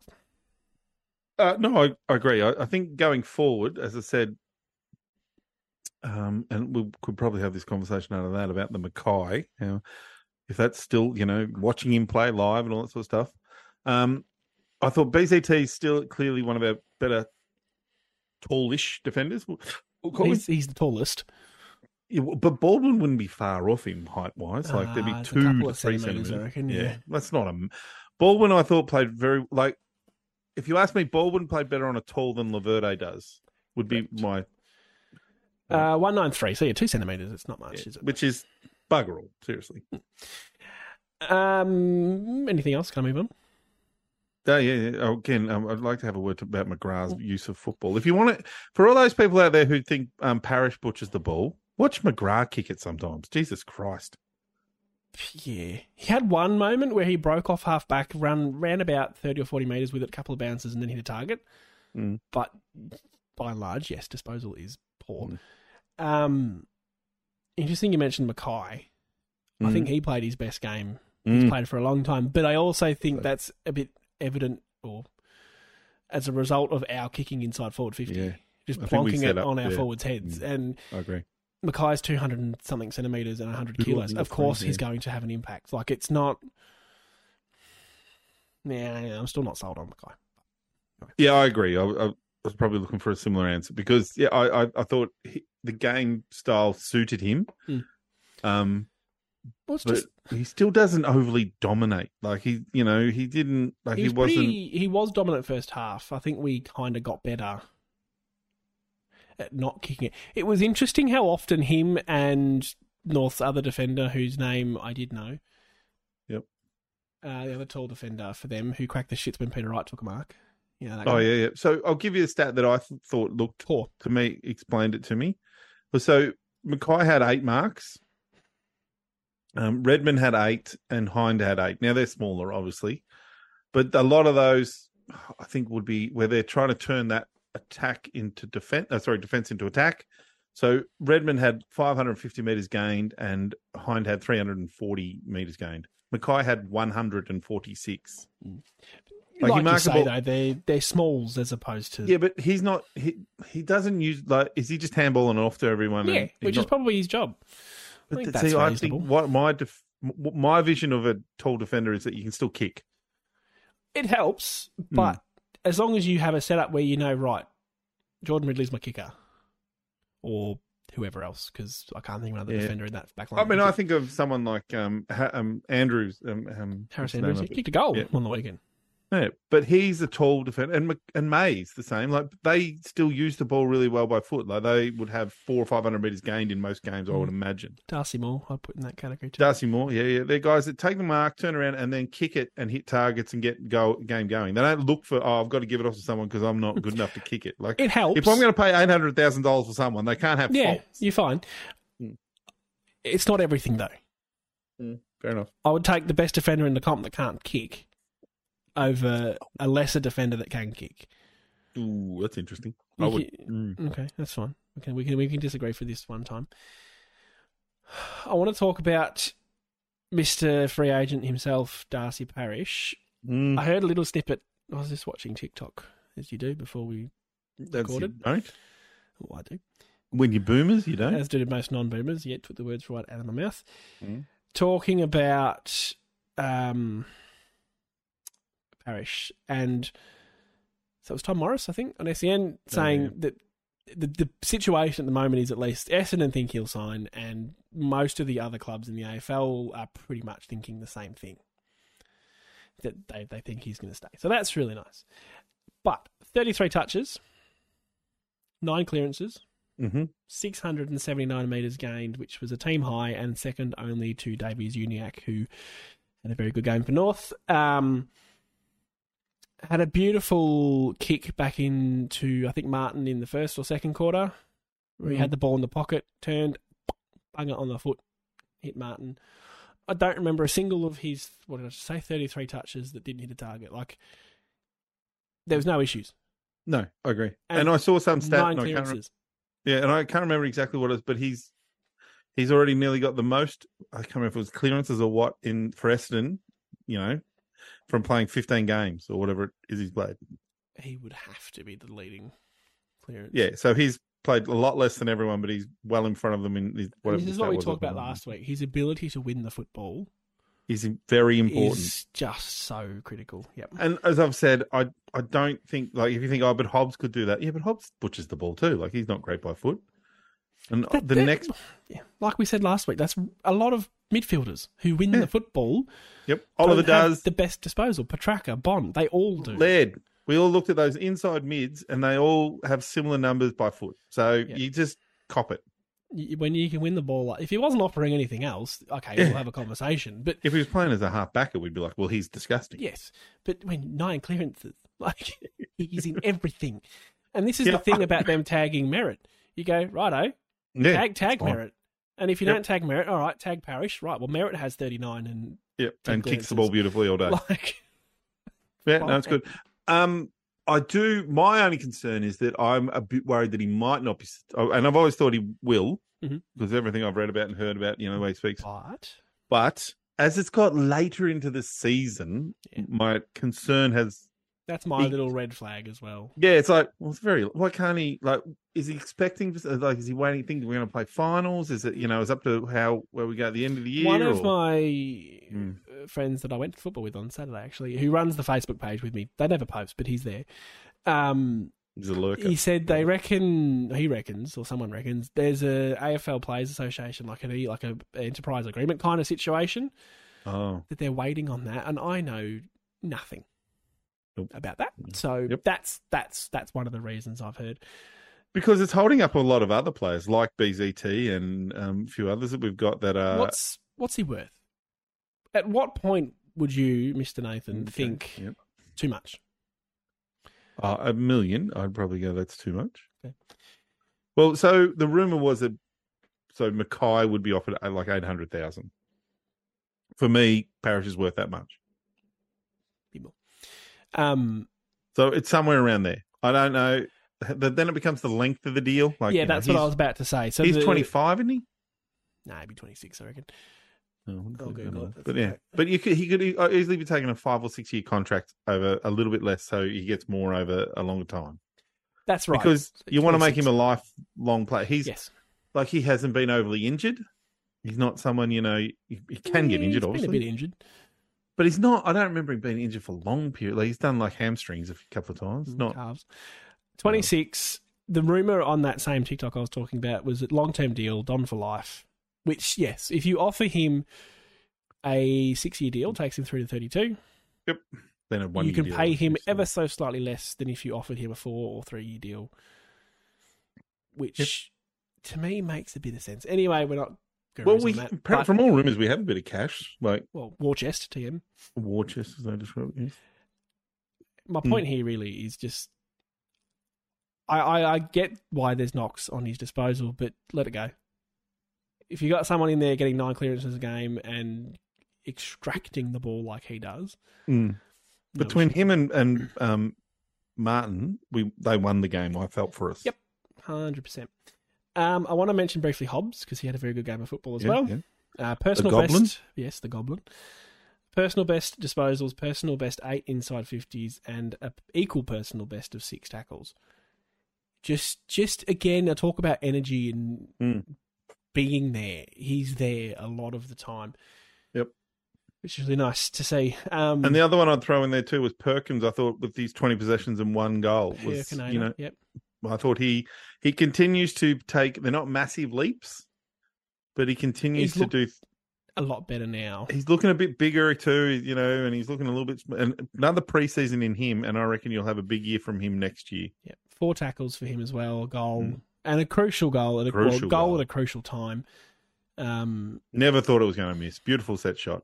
Uh, no, I, I agree. I, I think going forward, as I said, um, and we could probably have this conversation out of that about the Mackay. You know, if that's still, you know, watching him play live and all that sort of stuff. Um, I thought BCT is still clearly one of our better tallish defenders. We'll- we'll call him. He's, he's the tallest. Yeah, well, but Baldwin wouldn't be far off him height wise. Like there'd be Ah, it's a two couple to of three centimetres, centimeters. I reckon, yeah. yeah. that's not a Baldwin. I thought played very like. If you ask me, Baldwin played better on a tall than Laverde does. Would be my Uh, 193. So, yeah, two centimetres. It's not much, is it? which is bugger all seriously. Um, anything else? Can I move on? Oh, yeah, yeah. Again, um, I'd like to have a word about McGrath's use of football. If you want to, for all those people out there who think um, Parrish butchers the ball, watch McGrath kick it sometimes. Jesus Christ. Yeah. He had one moment where he broke off half back, run ran about 30 or 40 metres with it, a couple of bounces, and then hit a target. Mm. But by and large, yes, disposal is poor. Mm. Um, interesting you mentioned Mackay. I think he played his best game Mm. played for a long time. But I also think that's a bit evident or as a result of our kicking inside forward 50. Yeah. Just I think we plonking set it up, on our yeah. forwards' heads. Mm. And I agree. Mackay's 200 and something centimetres and 100 Good kilos. looking Of frame, course, he's yeah. going to have an impact. Like, it's not. Yeah, I'm still not sold on Mackay. Yeah, I agree. I, I was probably looking for a similar answer because yeah, I I, I thought he, the game style suited him. Mm. Um, Well, it's but just, he still doesn't overly dominate. Like he, you know, he didn't like he, uh, he was wasn't. pretty, he was dominant first half. I think we kind of got better at not kicking it. It was interesting how often him and North's other defender, whose name I did know, Yep. uh, the other tall defender for them, who cracked the shits when Peter Wright took a mark. You know, that Oh guy. yeah, yeah. So I'll give you a stat that I th- thought looked Poor. to me explained it to me. So Mackay had eight marks. Um, Redmond had eight, and Hind had eight. Now they're smaller, obviously, but a lot of those, I think, would be where they're trying to turn that attack into defense. Uh, sorry, defense into attack. So Redmond had 550 meters gained, and Hind had 340 meters gained. Mackay had 146. Like, Like, he you marked the say, ball- though, they're, they're smalls as opposed to. Yeah, but he's not. He he doesn't use like. Is he just handballing off to everyone? Yeah, and he's which not- is probably his job. I think th- that's see, I reasonable. think what my def- w- my vision of a tall defender is that you can still kick. It helps, Hmm. but as long as you have a setup where you know, right, Jordan Ridley's my kicker, or whoever else, because I can't think of another Yeah. defender in that back line. I mean, I think of someone like um, ha- um Andrews, um, um what's Harris the Andrews name he of it? kicked a goal Yeah. on the weekend. Yeah, but he's a tall defender, and Mc- and May's the same. Like they still use the ball really well by foot. Like they would have four or five hundred meters gained in most games, I would Mm. imagine. Darcy Moore, I'd put in that category too. Darcy Moore, yeah, yeah, they're guys that take the mark, turn around, and then kick it and hit targets and get go game going. They don't look for oh, I've got to give it off to someone because I'm not good enough to kick it. (laughs) Like it helps. if I'm going to pay eight hundred thousand dollars for someone, they can't have yeah, faults. you're fine. Mm. It's not everything though. Fair enough. I would take the best defender in the comp that can't kick over a lesser defender that can kick. Ooh, that's interesting. You I would. can- Mm. Okay, that's fine. Okay, we can we can disagree for this one time. I want to talk about Mr. Free Agent himself, Darcy Parish. Mm. I heard a little snippet. I was just watching TikTok, as you do before we. That's you recorded. don't. Well, I do, When you're boomers, you don't. as do most non-boomers. Yet put the words right out of my mouth. Mm. Talking about um, Parish and so it was Tom Morris, I think, on SEN saying Oh, yeah. that the the situation at the moment is at least Essendon think he'll sign, and most of the other clubs in the AFL are pretty much thinking the same thing that they they think he's going to stay. So that's really nice. But thirty three touches, nine clearances, Mhm. 679 metres gained, which was a team high and second only to Davies Uniacke, who had a very good game for North. Um, had a beautiful kick back into, I think, Martin in the first or second quarter, where he had the ball in the pocket, turned, bung it on the foot, hit Martin. I don't remember a single of his, what did I just say, 33 touches that didn't hit a target. Like, there was no issues. No, I agree. And And, I saw some stat. Nine And I can't re- clearances. yeah, and I can't remember exactly what it is, but he's he's already nearly got the most. I can't remember if it was clearances or what in for Essendon you know, from playing 15 games or whatever it is he's played. He would have to be the leading clearance. Yeah, so he's played a lot less than everyone, but he's well in front of them in his, And whatever. this the is what stat we was talked at about the moment. last week. His ability to win the football He's very important. is just so critical. Yep. And as I've said, I I don't think like if you think oh, but Hobbs could do that. Yeah, but Hobbs butchers the ball too. Like he's not great by foot. And That- the that- next, yeah, like we said last week, that's a lot of midfielders who win Yeah. the football. yep, Oliver don't have does. the best disposal. Petraka, Bond, they all do. Laird. We all looked at those inside mids, and they all have similar numbers by foot. So you just cop it. Y- when you can win the ball, like- if he wasn't offering anything else, okay, Yeah. we'll have a conversation. But If he was playing as a half backer, we'd be like, well, he's disgusting. yes, but when nine clearances, (laughs) like he's in everything, and this is Yeah. the thing about them tagging Merritt. You go righto, Yeah, tag tag fine. Merritt, and if you Yep. don't tag Merritt, all right, tag Parish, right? Well, Merritt has thirty nine, and yep. Ten and kicks clearances. the ball beautifully all day. (laughs) like Yeah, no, it's fine. good. Um, I do. My only concern is that I'm a bit worried that he might not be, oh, and I've always thought he will Mhm. because everything I've read about and heard about, you know, the way he Oh. speaks. but But as it's got later into the season, Yeah. my concern has. that's my He- little red flag as well. Yeah, it's like, well, it's very. Why can't he? Like, is he expecting? Like, is he waiting? Thinking we're going to play finals? Is it? You know, it's up to how where we go at the end of the year. One of or- my Mm. uh, friends that I went to football with on Saturday, actually, who runs the Facebook page with me, they never post, but he's there. Um, He's a lurker. He said they reckon he reckons or someone reckons there's a AFL Players Association like an E, like a enterprise agreement kind of situation oh, that they're waiting on that, and I know nothing Nope. Mm. about that. So Yep. that's that's that's one of the reasons I've heard. because it's holding up a lot of other players like BZT and um, a few others that we've got that are. what's what's he worth? At what point would you, Mister Nathan, Okay, think yep. too much? Uh, a million, I'd probably go. That's too much. Okay. Well, so the rumor was that so Mackay would be offered uh, like eight hundred thousand. For me, Parish is worth that much. Um, So it's somewhere around there. I don't know. Th- Then it becomes the length of the deal. Like, yeah, you know, that's what I he's- was about to say. So he's the- twenty five, isn't he? Nah, he'd be twenty six, I reckon. No, I wouldn't I'll think Google so. it. That's But yeah, okay. but you could, he could e- easily be taking a five or six year contract over a little bit less, so he gets more over a longer time. That's right. Because you want to make 26. him a lifelong player. He's yes, like he hasn't been overly injured. He's not someone you know. He, he can get Yeah, Mm, injured, he's been obviously, a bit injured. but he's not. I don't remember him being injured for a long period. Like he's done like hamstrings a couple of times. Mm. Not calves. 26. The rumor on that same TikTok I was talking about was that long term deal, done for life. Which, yes, if you offer him a six year deal, takes him through to 32, then a one. you can pay him ever so slightly less than if you offered him a four or three year deal. Which to me makes a bit of sense. Anyway, we're not going Well, on we that. per- but- from all rumors we have a bit of cash, like well, war chest to him. war chest as I describe it. my Hmm. point here really is just I, I I get why there's knocks on his disposal, but let it go. If you got someone in there getting nine clearances a game and extracting the ball like he does, Mm. no Between him and and um, Martin, we they won the game. I felt for us. Yep, hundred percent. Um, I want to mention briefly Hobbs because he had a very good game of football as Yeah, well. yeah. Uh, personal Goblin? best, yes, the Goblin. Personal best disposals, personal best eight inside fifties, and a p- equal personal best of six tackles. Just, just again, I talk about energy and Mm. being there. He's there a lot of the time. Yep. which is really nice to see. Um, And the other one I'd throw in there too was Perkins. I thought with these twenty possessions and one goal was Hurricane, you know yep, I thought he he continues to take. They're not massive leaps, but he He's continues to look- do. a lot better now. He's looking a bit bigger too, you know, and he's looking a little bit. And another preseason in him, and I reckon you'll have a big year from him next year. Yep, four tackles for him as well, a goal and a crucial goal at a well, Hmm. Crucial goal goal. at a crucial time. Um, Never thought it was going to miss. Beautiful set shot.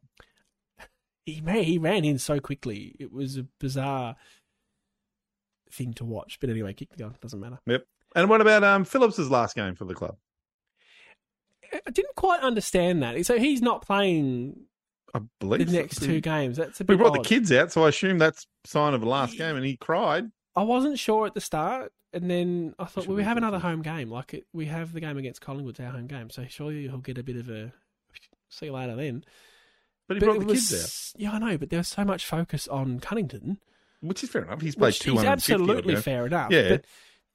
he ran, he ran in so quickly. It was a bizarre thing to watch. But anyway, kick the goal. Doesn't matter. And what about um Phillips's last game for the club? I I didn't quite understand that. So he's not playing I the believe next two games. That's a bit We brought the odd. kids out, so I assume that's sign of the last game. And he cried. I wasn't sure at the start, and then I thought, Should well, we we have do another that? home game. Like it, we have the game against Collingwood, it's our home game. So surely he'll get a bit of a see you later then. But he But brought it the was, kids out, Yeah, I know, but there was so much focus on Cunnington, which is fair enough. He's played which two is hundred. absolutely fair enough. Yeah. But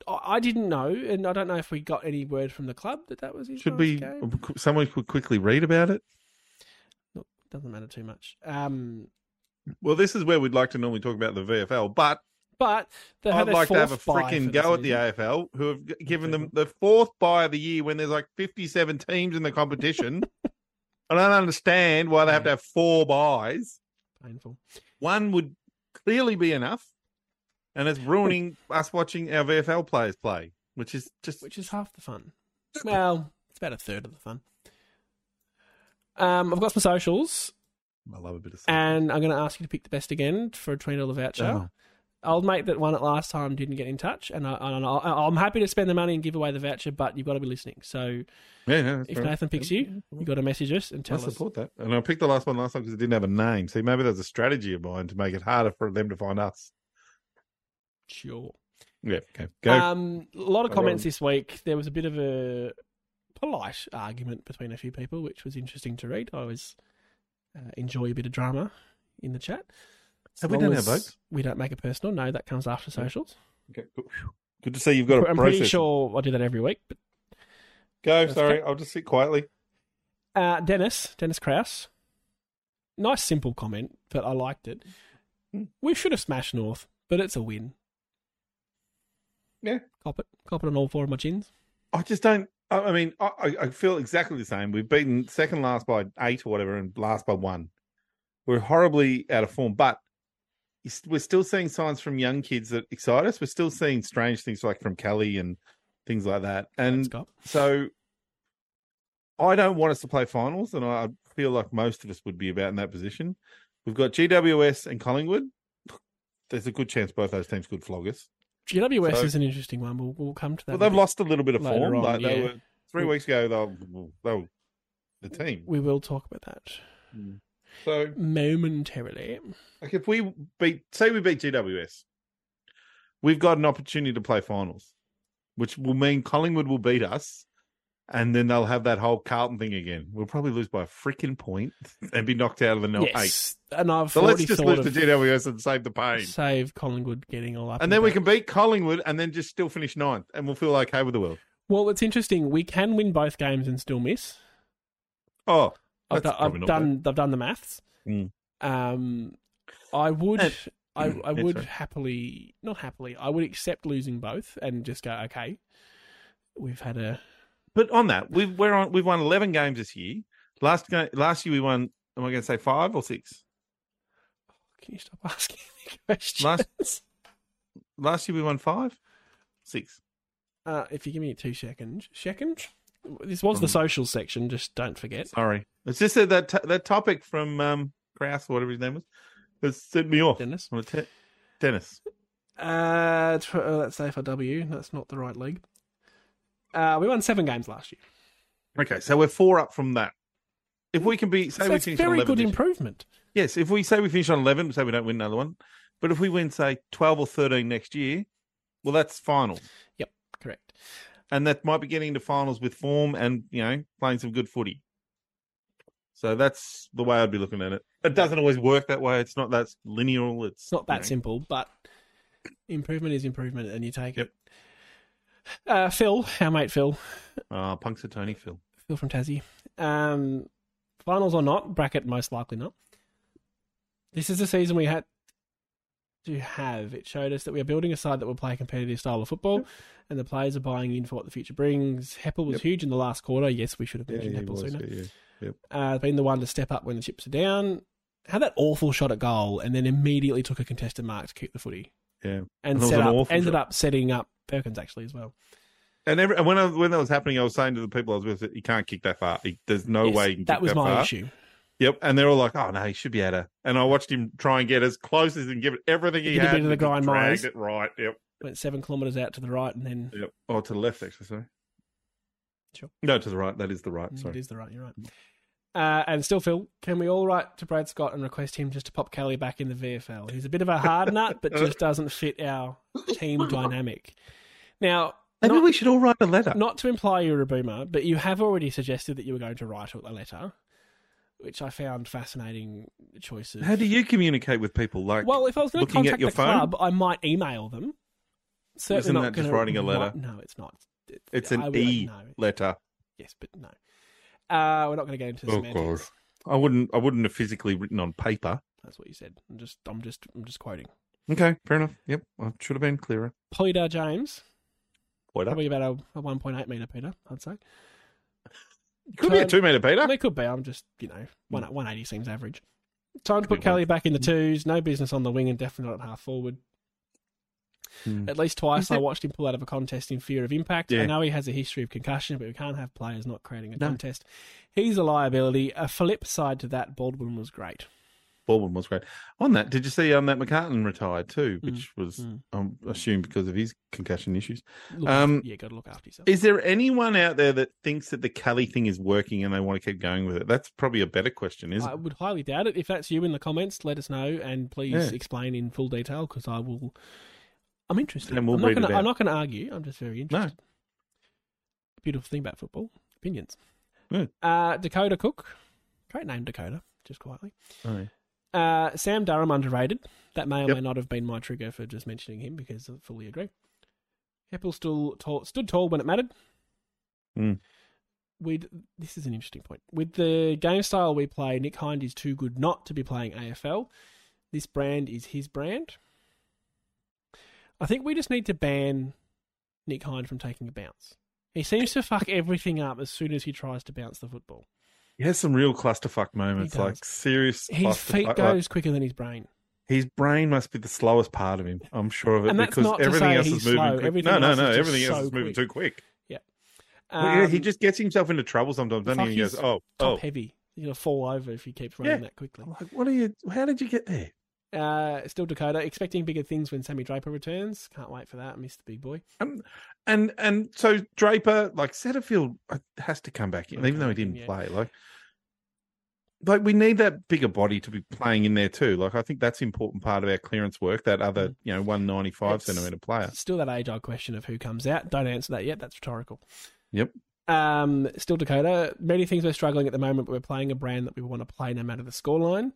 I I didn't know, and I don't know if we got any word from the club that that was his Should last we? game. Someone could quickly read about it. Doesn't matter too much. Um, Well, this is where we'd like to normally talk about the VFL, but but they had I'd like to have a fourth bye for freaking the go at the season. AFL, who have g- given them the fourth buy of the year when there's like 57 teams in the (laughs) competition. I don't understand why they have to have four buys. Painful. One would clearly be enough, and it's (laughs) ruining us watching our VFL players play, which is just which is half the fun. Well, it's about a third of the fun. Um, I've got some socials, I love a bit of. Stuff. and I'm going to ask you to pick the best again for a twenty dollar voucher. Oh. Old mate that won it last time didn't get in touch, and, I, and I, I'm happy to spend the money and give away the voucher, but you've got to be listening. So Yeah, yeah, that's if right. Nathan picks you, you've got to message us and I tell us. support that, and I picked the last one last time because it didn't have a name. See, maybe that's a strategy of mine to make it harder for them to find us. Sure. Yeah, okay, go. Um, a lot of Go comments on. this week. There was a bit of a polite argument between a few people, which was interesting to read. I always uh, enjoy a bit of drama in the chat. Have we long done our as votes? We don't make it personal. No, that comes after socials. Okay, cool. Good to see you've got a I'm process. pretty sure I do that every week. But Go, That's sorry, I'll just sit quietly. uh, Dennis, Dennis Kraus, nice simple comment, but I liked it. Hmm. We should have smashed North, but it's a win. Yeah. cop it, cop it on all four of my chins. I just don't. I I mean, I, I- I feel exactly the same. We've beaten second last by eight or whatever, and last by one. We're horribly out of form, but it's- we're still seeing signs from young kids that excite us. We're still seeing strange things like from Kelly and things like that. And Scott. so I don't want us to play finals, and I feel like most of us would be about in that position. We've got GWS and Collingwood. There's a good chance both those teams could flog us. GWS So- is an interesting one. We'll, we'll come to that. Well, in a they've bit. lost a little bit of later form. on, like they yeah. were three weeks ago. They were, they were the team. We will talk about that So, momentarily. like, if we beat, say, we beat GWS, we've got an opportunity to play finals, which will mean Collingwood will beat us, and then they'll have that whole Carlton thing again. We'll probably lose by a freaking point (laughs) and be knocked out of the no eight. yes, and I've So let's already just thought lose of to GWS and save the pain. save Collingwood getting all up, And then we about- can beat Collingwood and then just still finish ninth, and we'll feel okay with the world. Well, it's interesting. We can win both games and still miss. Oh, I've, That's do- probably I've not done. I've done the maths. Mm. Um, I would. And- I, I Yeah, would sorry. happily, not happily, I would accept losing both and just go, okay, we've had a. But on that, we've we're on we've won eleven games this year. Last game, last year we won. Am I going to say five or six? Can you stop (laughs) asking me questions? Last- Last year we won five, six. Uh, if you give me two seconds, seconds. This was the Um, social section. Just don't forget. Sorry, it's just that that, to- that topic from um, Kraus, whatever his name was, that set me off. Dennis. I'm a te- Dennis. Uh, tw- uh, that's AFLW. That's not the right league. Uh, we won seven games last year. Okay, so we're four up from that. If we can be So say we that's finish on very eleven, good this year- improvement. yes. If we say we finish on eleven, say we don't win another one, but if we win say twelve or thirteen next year, well that's final. Correct. and that might be getting into finals with form and you know playing some good footy. So that's the way I'd be looking at it. It doesn't always work that way. It's not that linear. It's It's not that you know. simple, but improvement is improvement, and you take Yep. it. Uh, Phil, our mate Phil, Ah, punks are Tony Phil. Phil from Tassie. Um, finals or not? Bracket most likely not. This is the season we had to have. It showed us that we are building a side that will play a competitive style of football, and the players are buying in for what the future brings. Heppel was Yep. huge in the last quarter. Yes, we should have mentioned Heppel sooner. Uh, been the one to step up when the chips are down. Had that awful shot at goal, and then immediately took a contested mark to keep the footy. Yeah. and That was set an up, awful ended shot. up setting up Perkins actually as well. And every, and when I, when that was happening, I was saying to the people I was with, "You can't kick that far. He- There's no Yes, way you can that kick was that my far." issue. Yep. And they're all like, "Oh no, he should be at it." And I watched him try and get as close as he can give it everything he Did a had. bit of the and just grind, Myers. dragged it right. Yep. Went seven kilometres out to the right, and then Yep. Oh, to the left, actually. Sorry. Sure. No, to the right. That is the right. Mm, Sorry. it is the right. You're right. Uh, and still, Phil, can we all write to Brad Scott and request him just to pop Kelly back in the VFL? He's a bit of a hard nut, (laughs) but just doesn't fit our team dynamic. Now, Maybe not- we should all write a letter. Not to imply you're a boomer, but you have already suggested that you were going to write a letter, which I found fascinating choices. How do you communicate with people? Like, well, if I was going to looking contact at your the club, I might email them. Certainly Isn't not that just gonna writing a letter? write- no, it's not. It- It's an I would- E. No, letter. yes, but no. Uh, we're not going to go into Oh, semantics. God. I wouldn't. I wouldn't have physically written on paper. That's what you said. I'm just, I'm just, I'm just quoting. Okay, fair enough. Yep, I should have been clearer. Peter James, Wait up. probably about a, a 1.8 meter Peter, I'd say. Could be a Time- two meter Peter. They could be. I'm just, you know, Mm. one, 180 seems average. Time to Could put be one. Kelly back in the twos. No business on the wing and definitely not half forward. Hmm. At least twice (laughs) Is I it- watched him pull out of a contest in fear of impact. I Yeah. know he has a history of concussion, but we can't have players not creating a No. contest. He's a liability. A flip side to that, Baldwin was great. Baldwin was great. On that, did you see um, that McCartan retired too, Mm, which was mm. um, assumed because of his concussion issues. Look, Um, yeah, got to look after yourself. Is there anyone out there that thinks that the Cali thing is working and they want to keep going with it? That's probably a better question, isn't I would highly doubt it. If that's you in the comments, let us know and please Yeah. explain in full detail because I will. I'm interested. And we'll I'm, not read gonna, about I'm it. not going to argue. I'm just very interested. Beautiful thing about football opinions. Yeah. Uh, Dakota Cook, great name, Dakota. Just quietly. it? Oh, yeah. Uh, Sam Durham underrated. That may or Yep. may not have been my trigger for just mentioning him because I fully agree. Heppel still tall, stood tall when it mattered. Mm. With this is an interesting point. With the game style we play, Nick Hind is too good not to be playing AFL. This brand is his brand. I think we just need to ban Nick Hind from taking a bounce. He seems to fuck everything up as soon as he tries to bounce the football. He has some real clusterfuck moments, does. like serious. His clusterfuck- feet like, goes quicker than his brain. his brain must be the slowest part of him. I'm sure of it And that's because not to everything say else he's is moving. slow. Quick. Everything no, no, else is no. just Everything else so is moving quick. too quick. Um, yeah, he just gets himself into trouble sometimes, doesn't fuck, he? And he goes, he's "Oh, top oh." heavy. You're gonna fall over if he keeps running Yeah. that quickly. I'm like, what are you? How did you get there? Uh, still Dakota, expecting bigger things when Sammy Draper returns. Can't wait for that. Miss the big boy. And and so Draper, like Setterfield, uh, has to come back in, Gotta even though he come back in, didn't yeah. play. Like, like we need that bigger body to be playing in there too. Like, I think that's important part of our clearance work. That other, Mm-hmm. you know, one ninety five It's- centimeter player. Still that age old question of who comes out. Don't answer that yet. That's rhetorical. Yep. Um, still Dakota. Many things we're struggling at the moment, but we're playing a brand that we want to play no matter the scoreline.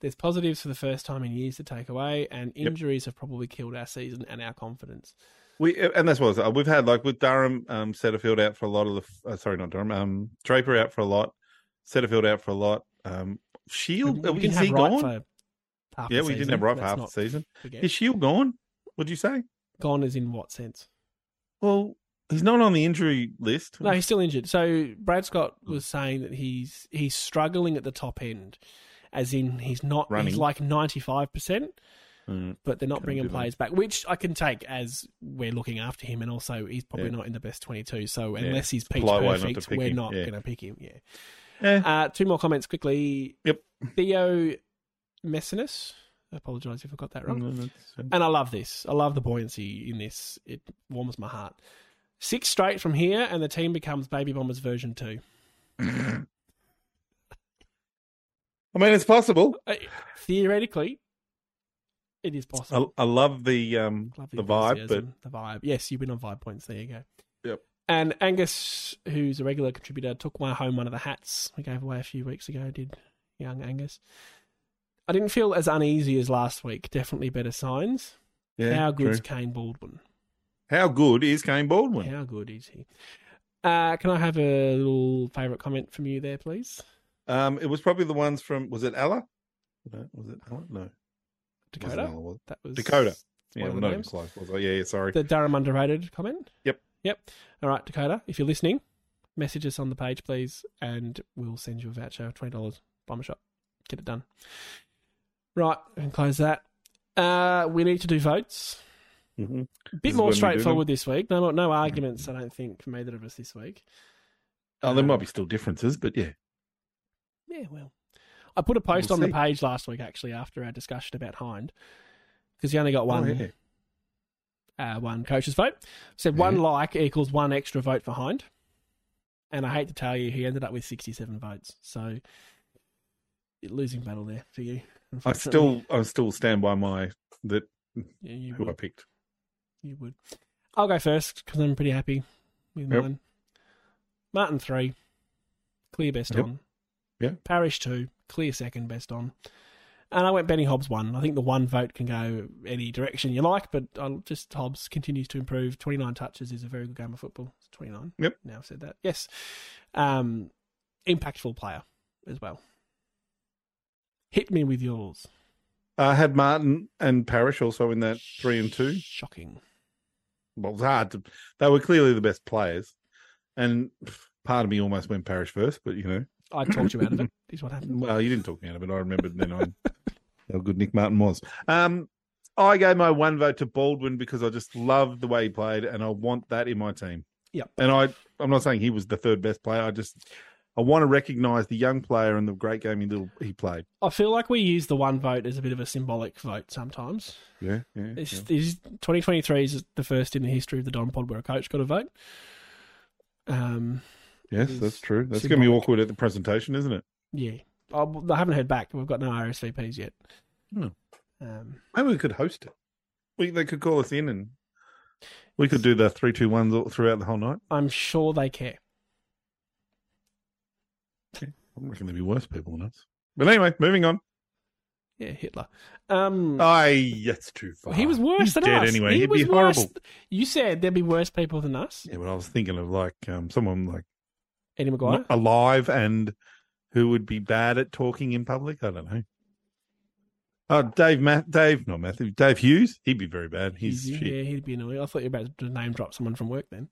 There's positives for the first time in years to take away, and Yep. injuries have probably killed our season and our confidence. We and that's what I was, uh, we've had like with Durham, um, Setterfield out for a lot of the. Uh, sorry, not Durham. Um, Draper out for a lot. Setterfield out for a lot. Um, Shield. we is didn't he have right gone? for half yeah, the we season. didn't have right for Let's half the not season. forget. Is Shield gone? Would you say? Gone is in what sense? Well, he's not on the injury list. No, he's still injured. So Brad Scott was saying that he's he's struggling at the top end, as in he's not he's Running. like ninety five percent, Mm. but they're not Can't bringing do that. players back, which I can take as we're looking after him, and also he's probably Yeah. not in the best twenty two. So Yeah. unless he's peak polite way not to perfect, pick we're him, not yeah. going to pick him. Yeah. Eh, Uh, two more comments quickly. Yep. Theo Messinus. I apologise if I got that wrong. no, Mm, that's- uh, And I love this. I love the buoyancy in this. It warms my heart. Six straight from here, and the team becomes Baby Bombers version two. I mean, it's possible. Uh, theoretically, it is I, possible. I love the um uh, Love the vibe, but enthusiasm, the vibe. Yes, you win on vibe points. There you go. Yep. And Angus, who's a regular contributor, took one home one of the hats we gave away a few weeks ago. Did young Angus? I didn't feel as uneasy as last week. Definitely better signs. yeah, How good's true. Kane Baldwin? how good is Kane Baldwin? How good is he? Uh, can I have a little favourite comment from you there, please? Um, it was probably the ones from was it Ella? No, was it Ella? No, wasn't Dakota. Ella, was it? That was Dakota. one Yeah, of the I'm not even names. close. Was I? Yeah, yeah, sorry. The Durham underrated comment? Yep. Yep. All right, Dakota, if you're listening, message us on the page, please, and we'll send you a voucher of $20. Bomb shop. Get it done. Right, and close that. Uh, we need to do votes. Mhm. Bit more is when we do them. straightforward this week. No, no arguments, I don't think, from either of us this week. Oh, there might be still differences, but yeah. Yeah, well, I put a post We'll on see. the page last week actually after our discussion about Hind because you only got one Oh, yeah. uh, one coach's vote. Said one like equals one extra vote for Hind. And I hate to tell you, he ended up with 67 votes. So, losing battle there for you. I unfortunately. still, I still stand by my that Yeah, you, who I would, picked. you would. I'll go first because I'm pretty happy with Yep. mine. Martin, three. Clear best Yep. on. Yeah. Parish two, clear second best on. And I went Benny Hobbs one. I think the one vote can go any direction you like, but I just Hobbs continues to improve. Twenty nine touches is a very good game of football. Twenty nine. Yep. Now I've said that. Yes. Um, impactful player as well. Hit me with yours. I had Martin and Parrish also in that three and two. Shocking. Well, it's hard to. They were clearly the best players, and pff, part of me almost went Parrish first, but you know, I talked you out of (clears throat) it. Is what happened. well, you didn't talk me out of it. I remembered then on (laughs) how good Nick Martin was. Um, I gave my one vote to Baldwin because I just loved the way he played, and I want that in my team. Yep. And I, I'm not saying he was the third best player. I just, I want to recognise the young player and the great game he little he played. I feel like we use the one vote as a bit of a symbolic vote sometimes. Yeah, yeah. It's, it's- 2023 is the first in the history of the Don Pod where a coach got a vote. Um, Yes, is that's true. That's going to be symbolic. awkward at the presentation, isn't it? yeah, I, I haven't heard back. We've got no RSVPs yet. Hmm. Um, Maybe we could host it. We they could call us in and we could do the three two ones all throughout the whole night. I'm sure they care. I reckon there'd be worse people than us. But anyway, moving on. Yeah, Hitler. Mm. Um, I that's too far. he was worse Oh, He's than dead us. Anyway, he would was be horrible. Worse. You said there'd be worse people than us. Yeah, but I was thinking of like um, someone like Eddie McGuire. not alive and who would be bad at talking in public. I don't know. Oh, Dave, Math, Dave, not Matthew, Dave Hughes. He'd be very bad. He's He's- shit. yeah, he'd be annoying. I thought you were about to name drop someone from work then.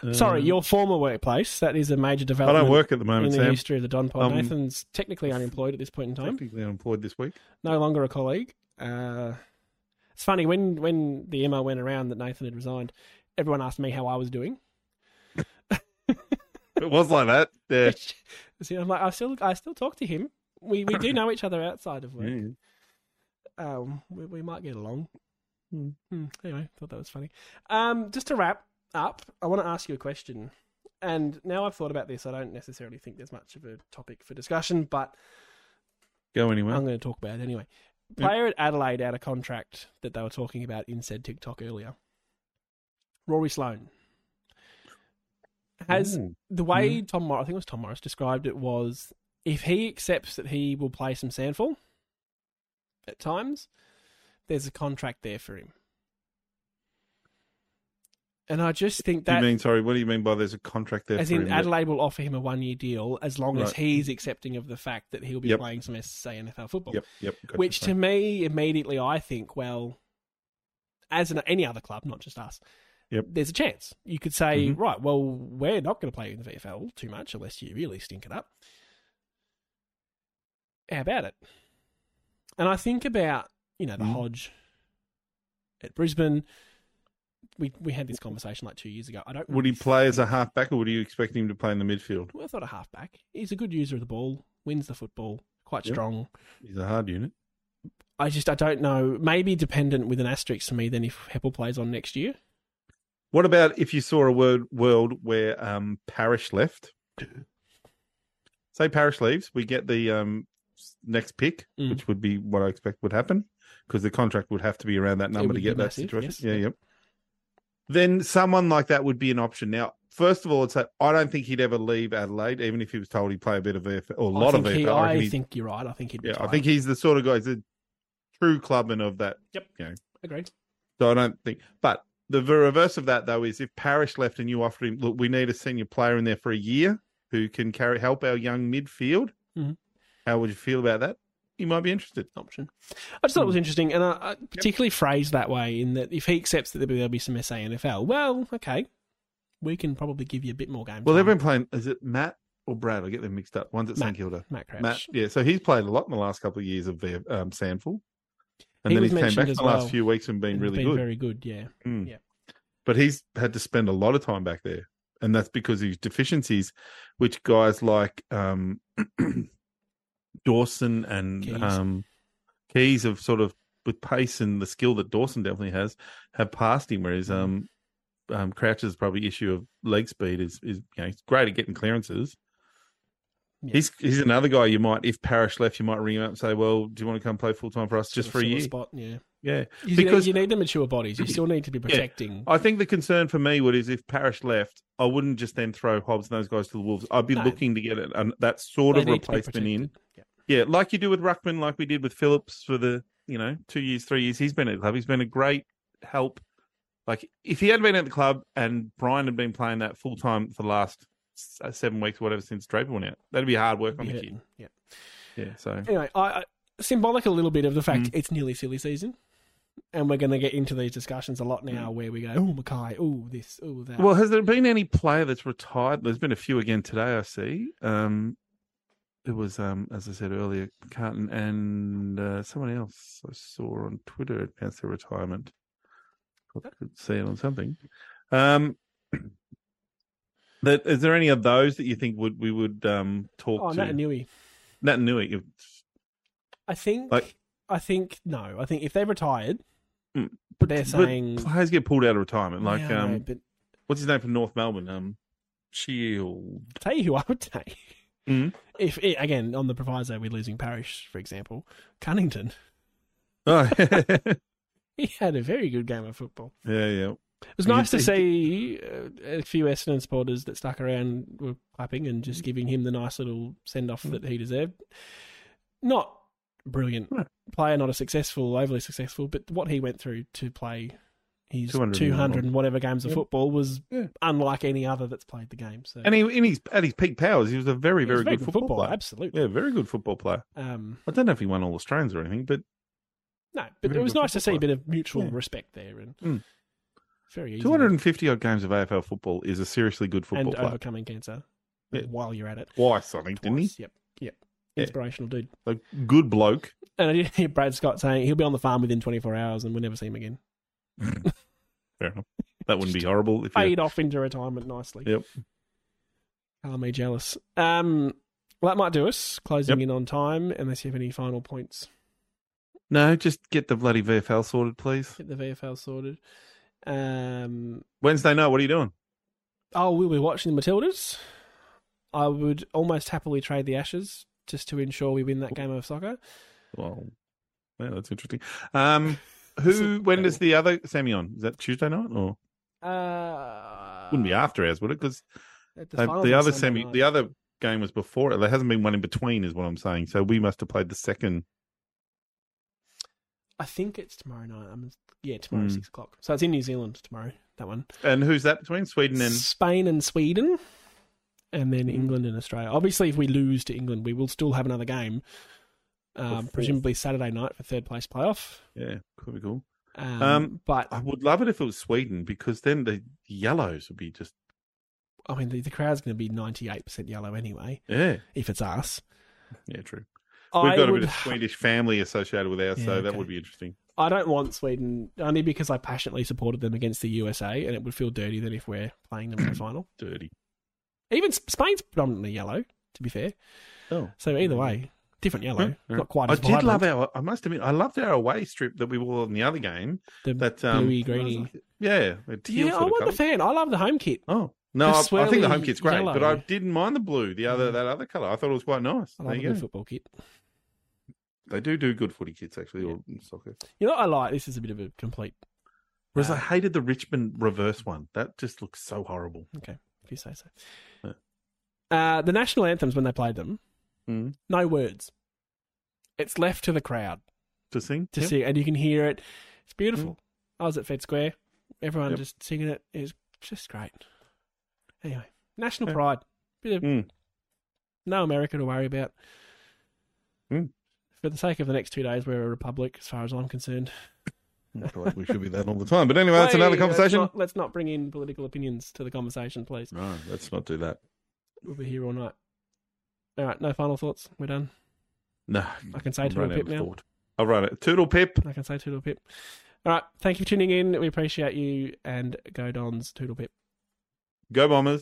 Um, Sorry, your former workplace. That is a major I development. don't work at the in moment, the Sam. history of the Don Pod. Um, Nathan's technically unemployed at this point in time. Technically unemployed (laughs) this week. no longer a colleague. Uh, it's funny when when the email went around that Nathan had resigned, everyone asked me how I was doing. It was like that. Yeah. (laughs) See, I'm like, I still I still talk to him. We we do know each other outside (laughs) (laughs) of work. Um, we, we might get along. Hmm. Hmm, Anyway, thought that was funny. Um, just to wrap up, I want to ask you a question. And now I've thought about this, I don't necessarily think there's much of a topic for discussion, but Go anywhere. I'm going to talk about it anyway. Yep. Player at Adelaide out of contract that they were talking about in said TikTok earlier. Rory Sloan has Ooh. Mm-hmm. the way Tom Morris, I think it was Tom Morris, described it was if he accepts that he will play some sandful at times, there's a contract there for him. And I just think that you mean sorry? What do you mean by there's a contract there? as for in him that- Adelaide will offer him a one year deal as long as Right. he's accepting of the fact that he'll be Yep. playing some SSA NFL football. Yep, yep. gotcha, Which to sorry. me, immediately, I think, well, as in any other club, not just us, Yep. there's a chance. You could say, Mhm. right, well, we're not going to play in the VFL too much unless you really stink it up. How about it? And I think about, you know, the Mhm. Hodge at Brisbane. We, we had this conversation like two years ago. I don't. would he really play as a halfback, or would you expect him to play in the midfield? well, it's not a halfback. He's a good user of the ball, wins the football, quite Yep. strong. He's a hard unit. I just I don't know. Maybe dependent with an asterisk for me than if Heppel plays on next year. What about if you saw a word, world where um, Parish left? Say Parish leaves, we get the um, s- next pick, Mm. which would be what I expect would happen because the contract would have to be around that number would to be get that massive, situation. yes. Yeah, yep. Then someone like that would be an option. Now, first of all, I'd say I don't think he'd ever leave Adelaide, even if he was told he'd play a bit of VFL or a lot I of think VFL. he, I reckon I he'd think you're right. I think he'd. Yeah, I retire. think he's the sort of guy. He's a true clubman of that. agreed. So I don't think. But the ver- reverse of that though is if Parrish left and you offered him, look, we need a senior player in there for a year who can carry help our young midfield. Mhm. How would you feel about that? You might be interested. Option. I just thought it was Mm. interesting, and I, I particularly phrased that way in that if he accepts that there'll be, there'll be some SA NFL, well, okay, we can probably give you a bit more game. time. Well, they've been playing. Is it Matt or Brad? I get them mixed up. One's at St Matt. Kilda. Matt Crouch. Matt, yeah. So he's played a lot in the last couple of years of their, um, Sandful, and He then was he's came mentioned back the as well. last few weeks and been He's really been good. very good. Yeah, Mm. Yeah. But he's had to spend a lot of time back there. And that's because of his deficiencies, which guys like um, (clears throat) Dawson and Keys. Um, Keys have sort of, with pace and the skill that Dawson definitely has, have passed him. Whereas Mm. um, um, Crouch's probably issue of leg speed is, is you know, he's great at getting clearances. Yeah. He's he's another guy you might, if Parrish left, you might ring him up and say, Well, do you want to come play full time for us Sort just of for a fill the year? spot. Yeah, Yeah, You, Because- need, you need the mature bodies. You still need to be protecting. I think the concern for me would is if Parrish left, I wouldn't just then throw Hobbs and those guys to the wolves. I'd be No. looking to get it, and that sort They of need to be replacement in. protected. Yeah. Yeah, like you do with Ruckman, like we did with Phillips for the you know two years, three years he's been at the club. He's been a great help. Like if he had been at the club and Brian had been playing that full time for the last s- uh, seven weeks or whatever since Draper went out, that'd be hard work on Yeah. the kid. Yeah. Yeah, so Anyway, I, I, symbolic a little bit of the Mm. fact it's nearly silly season, and we're going to get into these discussions a lot now, where we go, oh Mackay, oh this, oh that. Mm. well, has there been any player that's retired? There's been a few again today. I see. Um, it was um, as I said earlier, Carton and uh, someone else I saw on Twitter announced their retirement. I could see it on something. Um, that is there any of those that you think would we would um talk oh, to? Nat Nui. Nat Nui, if- I think. Like- I think no. I think if they retired, Mm. but they're saying players get pulled out of retirement. Like Yeah, I know, um, but what's his name from North Melbourne? Um, Shield. tell you who I would take. Mm. If eh, again on the proviso we're losing Parish, for example, Cunnington, (laughs) (laughs) Oh, (laughs) yeah, he had a very good game of football. yeah. It was You nice to think- see uh, a few Essendon supporters that stuck around were clapping and Mm. just giving him the nice little send off that he deserved. Not brilliant No. player, not a successful, overly successful, but what he went through to play his 200 200, and and whatever games of Yeah. football was Yeah. unlike any other that's played the game. So And he, in his at his peak powers, he was a very, He was very, good, football, player. absolutely. Yeah, very good football player. Um, I don't know if he won all Australians or anything, but no, but Very it was good nice to see football a bit of mutual Yeah. respect there and Mm. very easy 250 odd games of AFL football is a seriously good football and uh, player. overcoming cancer Yeah. while you're at it. Why Sonic didn't he? Twice. Yep, yep. Yeah. Inspirational dude. Like good bloke. And I did hear Brad Scott saying he'll be on the farm within 24 hours and we'll never see him again. Fair enough. That wouldn't be horrible if you. Paid off into retirement nicely. Yep. Call me jealous. Um, well, that might do us. Closing in on time, unless you have any final points. No, just get the bloody VFL sorted, please. Get the VFL sorted. Um, Wednesday night, what are you doing? oh, we'll be watching the Matildas. I would almost happily trade the Ashes just to ensure we win that game of soccer. Well, yeah, that's interesting. (laughs) Um, who? When does the other Samion? Is that Tuesday night or Uh, wouldn't be after hours, would it? Because at They- finals Uh, the on other Sunday semi, night. the other game was before it. There hasn't been one in between, is what I'm saying. So we must have played the second. I think it's tomorrow night. I'm, yeah, tomorrow Mm. six o'clock. So it's in New Zealand tomorrow. That one. And who's that between? Sweden and Spain and Sweden, and then Mm. England and Australia. Obviously, if we lose to England, we will still have another game, um, fourth. presumably Saturday night for third place playoff. yeah, could be cool. Um, Um, but I would love it if it was Sweden because then the yellows would be just I mean, the, the crowd's going to be ninety eight percent yellow anyway yeah, if it's us. yeah, true. We've I got a would, bit of Swedish family associated with ours, so Yeah, that okay. would be interesting. I don't want Sweden only because I passionately supported them against the USA, and it would feel dirty than if we're playing them in (clears throat) the final. Dirty. Even S- Spain's predominantly yellow, to be fair. Oh, So either way, different yellow, Yeah. not quite I as did vibrant. love our. I must admit, I loved our away strip that we wore in the other game. The That um, Bluey, greeny. Yeah, a teal Yeah, sort I of want the colour. fan. I love the home kit. Oh no, The I, I think the home swirly kit's great, but I yellow. didn't mind the blue, the other that other colour. I thought it was quite nice. I there love a you go. good football kit. They do do good footy kits actually, or soccer. You know what I like? This is a bit of a complete, Whereas Uh, I hated the Richmond reverse one. That just looks so horrible. if you say so. Uh, the national anthems, when they played them, Mm. no words. It's left to the crowd To sing, to Yep. sing, and you can hear it. It's beautiful. I was at Fed Square. Everyone Mm. Yep. just singing it. It was just great. Anyway, national Yeah. pride. Bit of Mm. no America to worry about. Mm. For the sake of the next two days, we're a republic, as far as I'm concerned. I feel like we should be that all the time. But anyway, that's Hey, another let's conversation. not- Let's not, bring in political opinions to the conversation, please. No, let's not do that. We'll be here all night. All right, no final thoughts. We're done. No, I can say I've toodle run out pip of now. thought. I've run it. Toodle pip. I can say toodle pip. All right, thank you for tuning in. We appreciate you and go Don's toodle pip. Go bombers.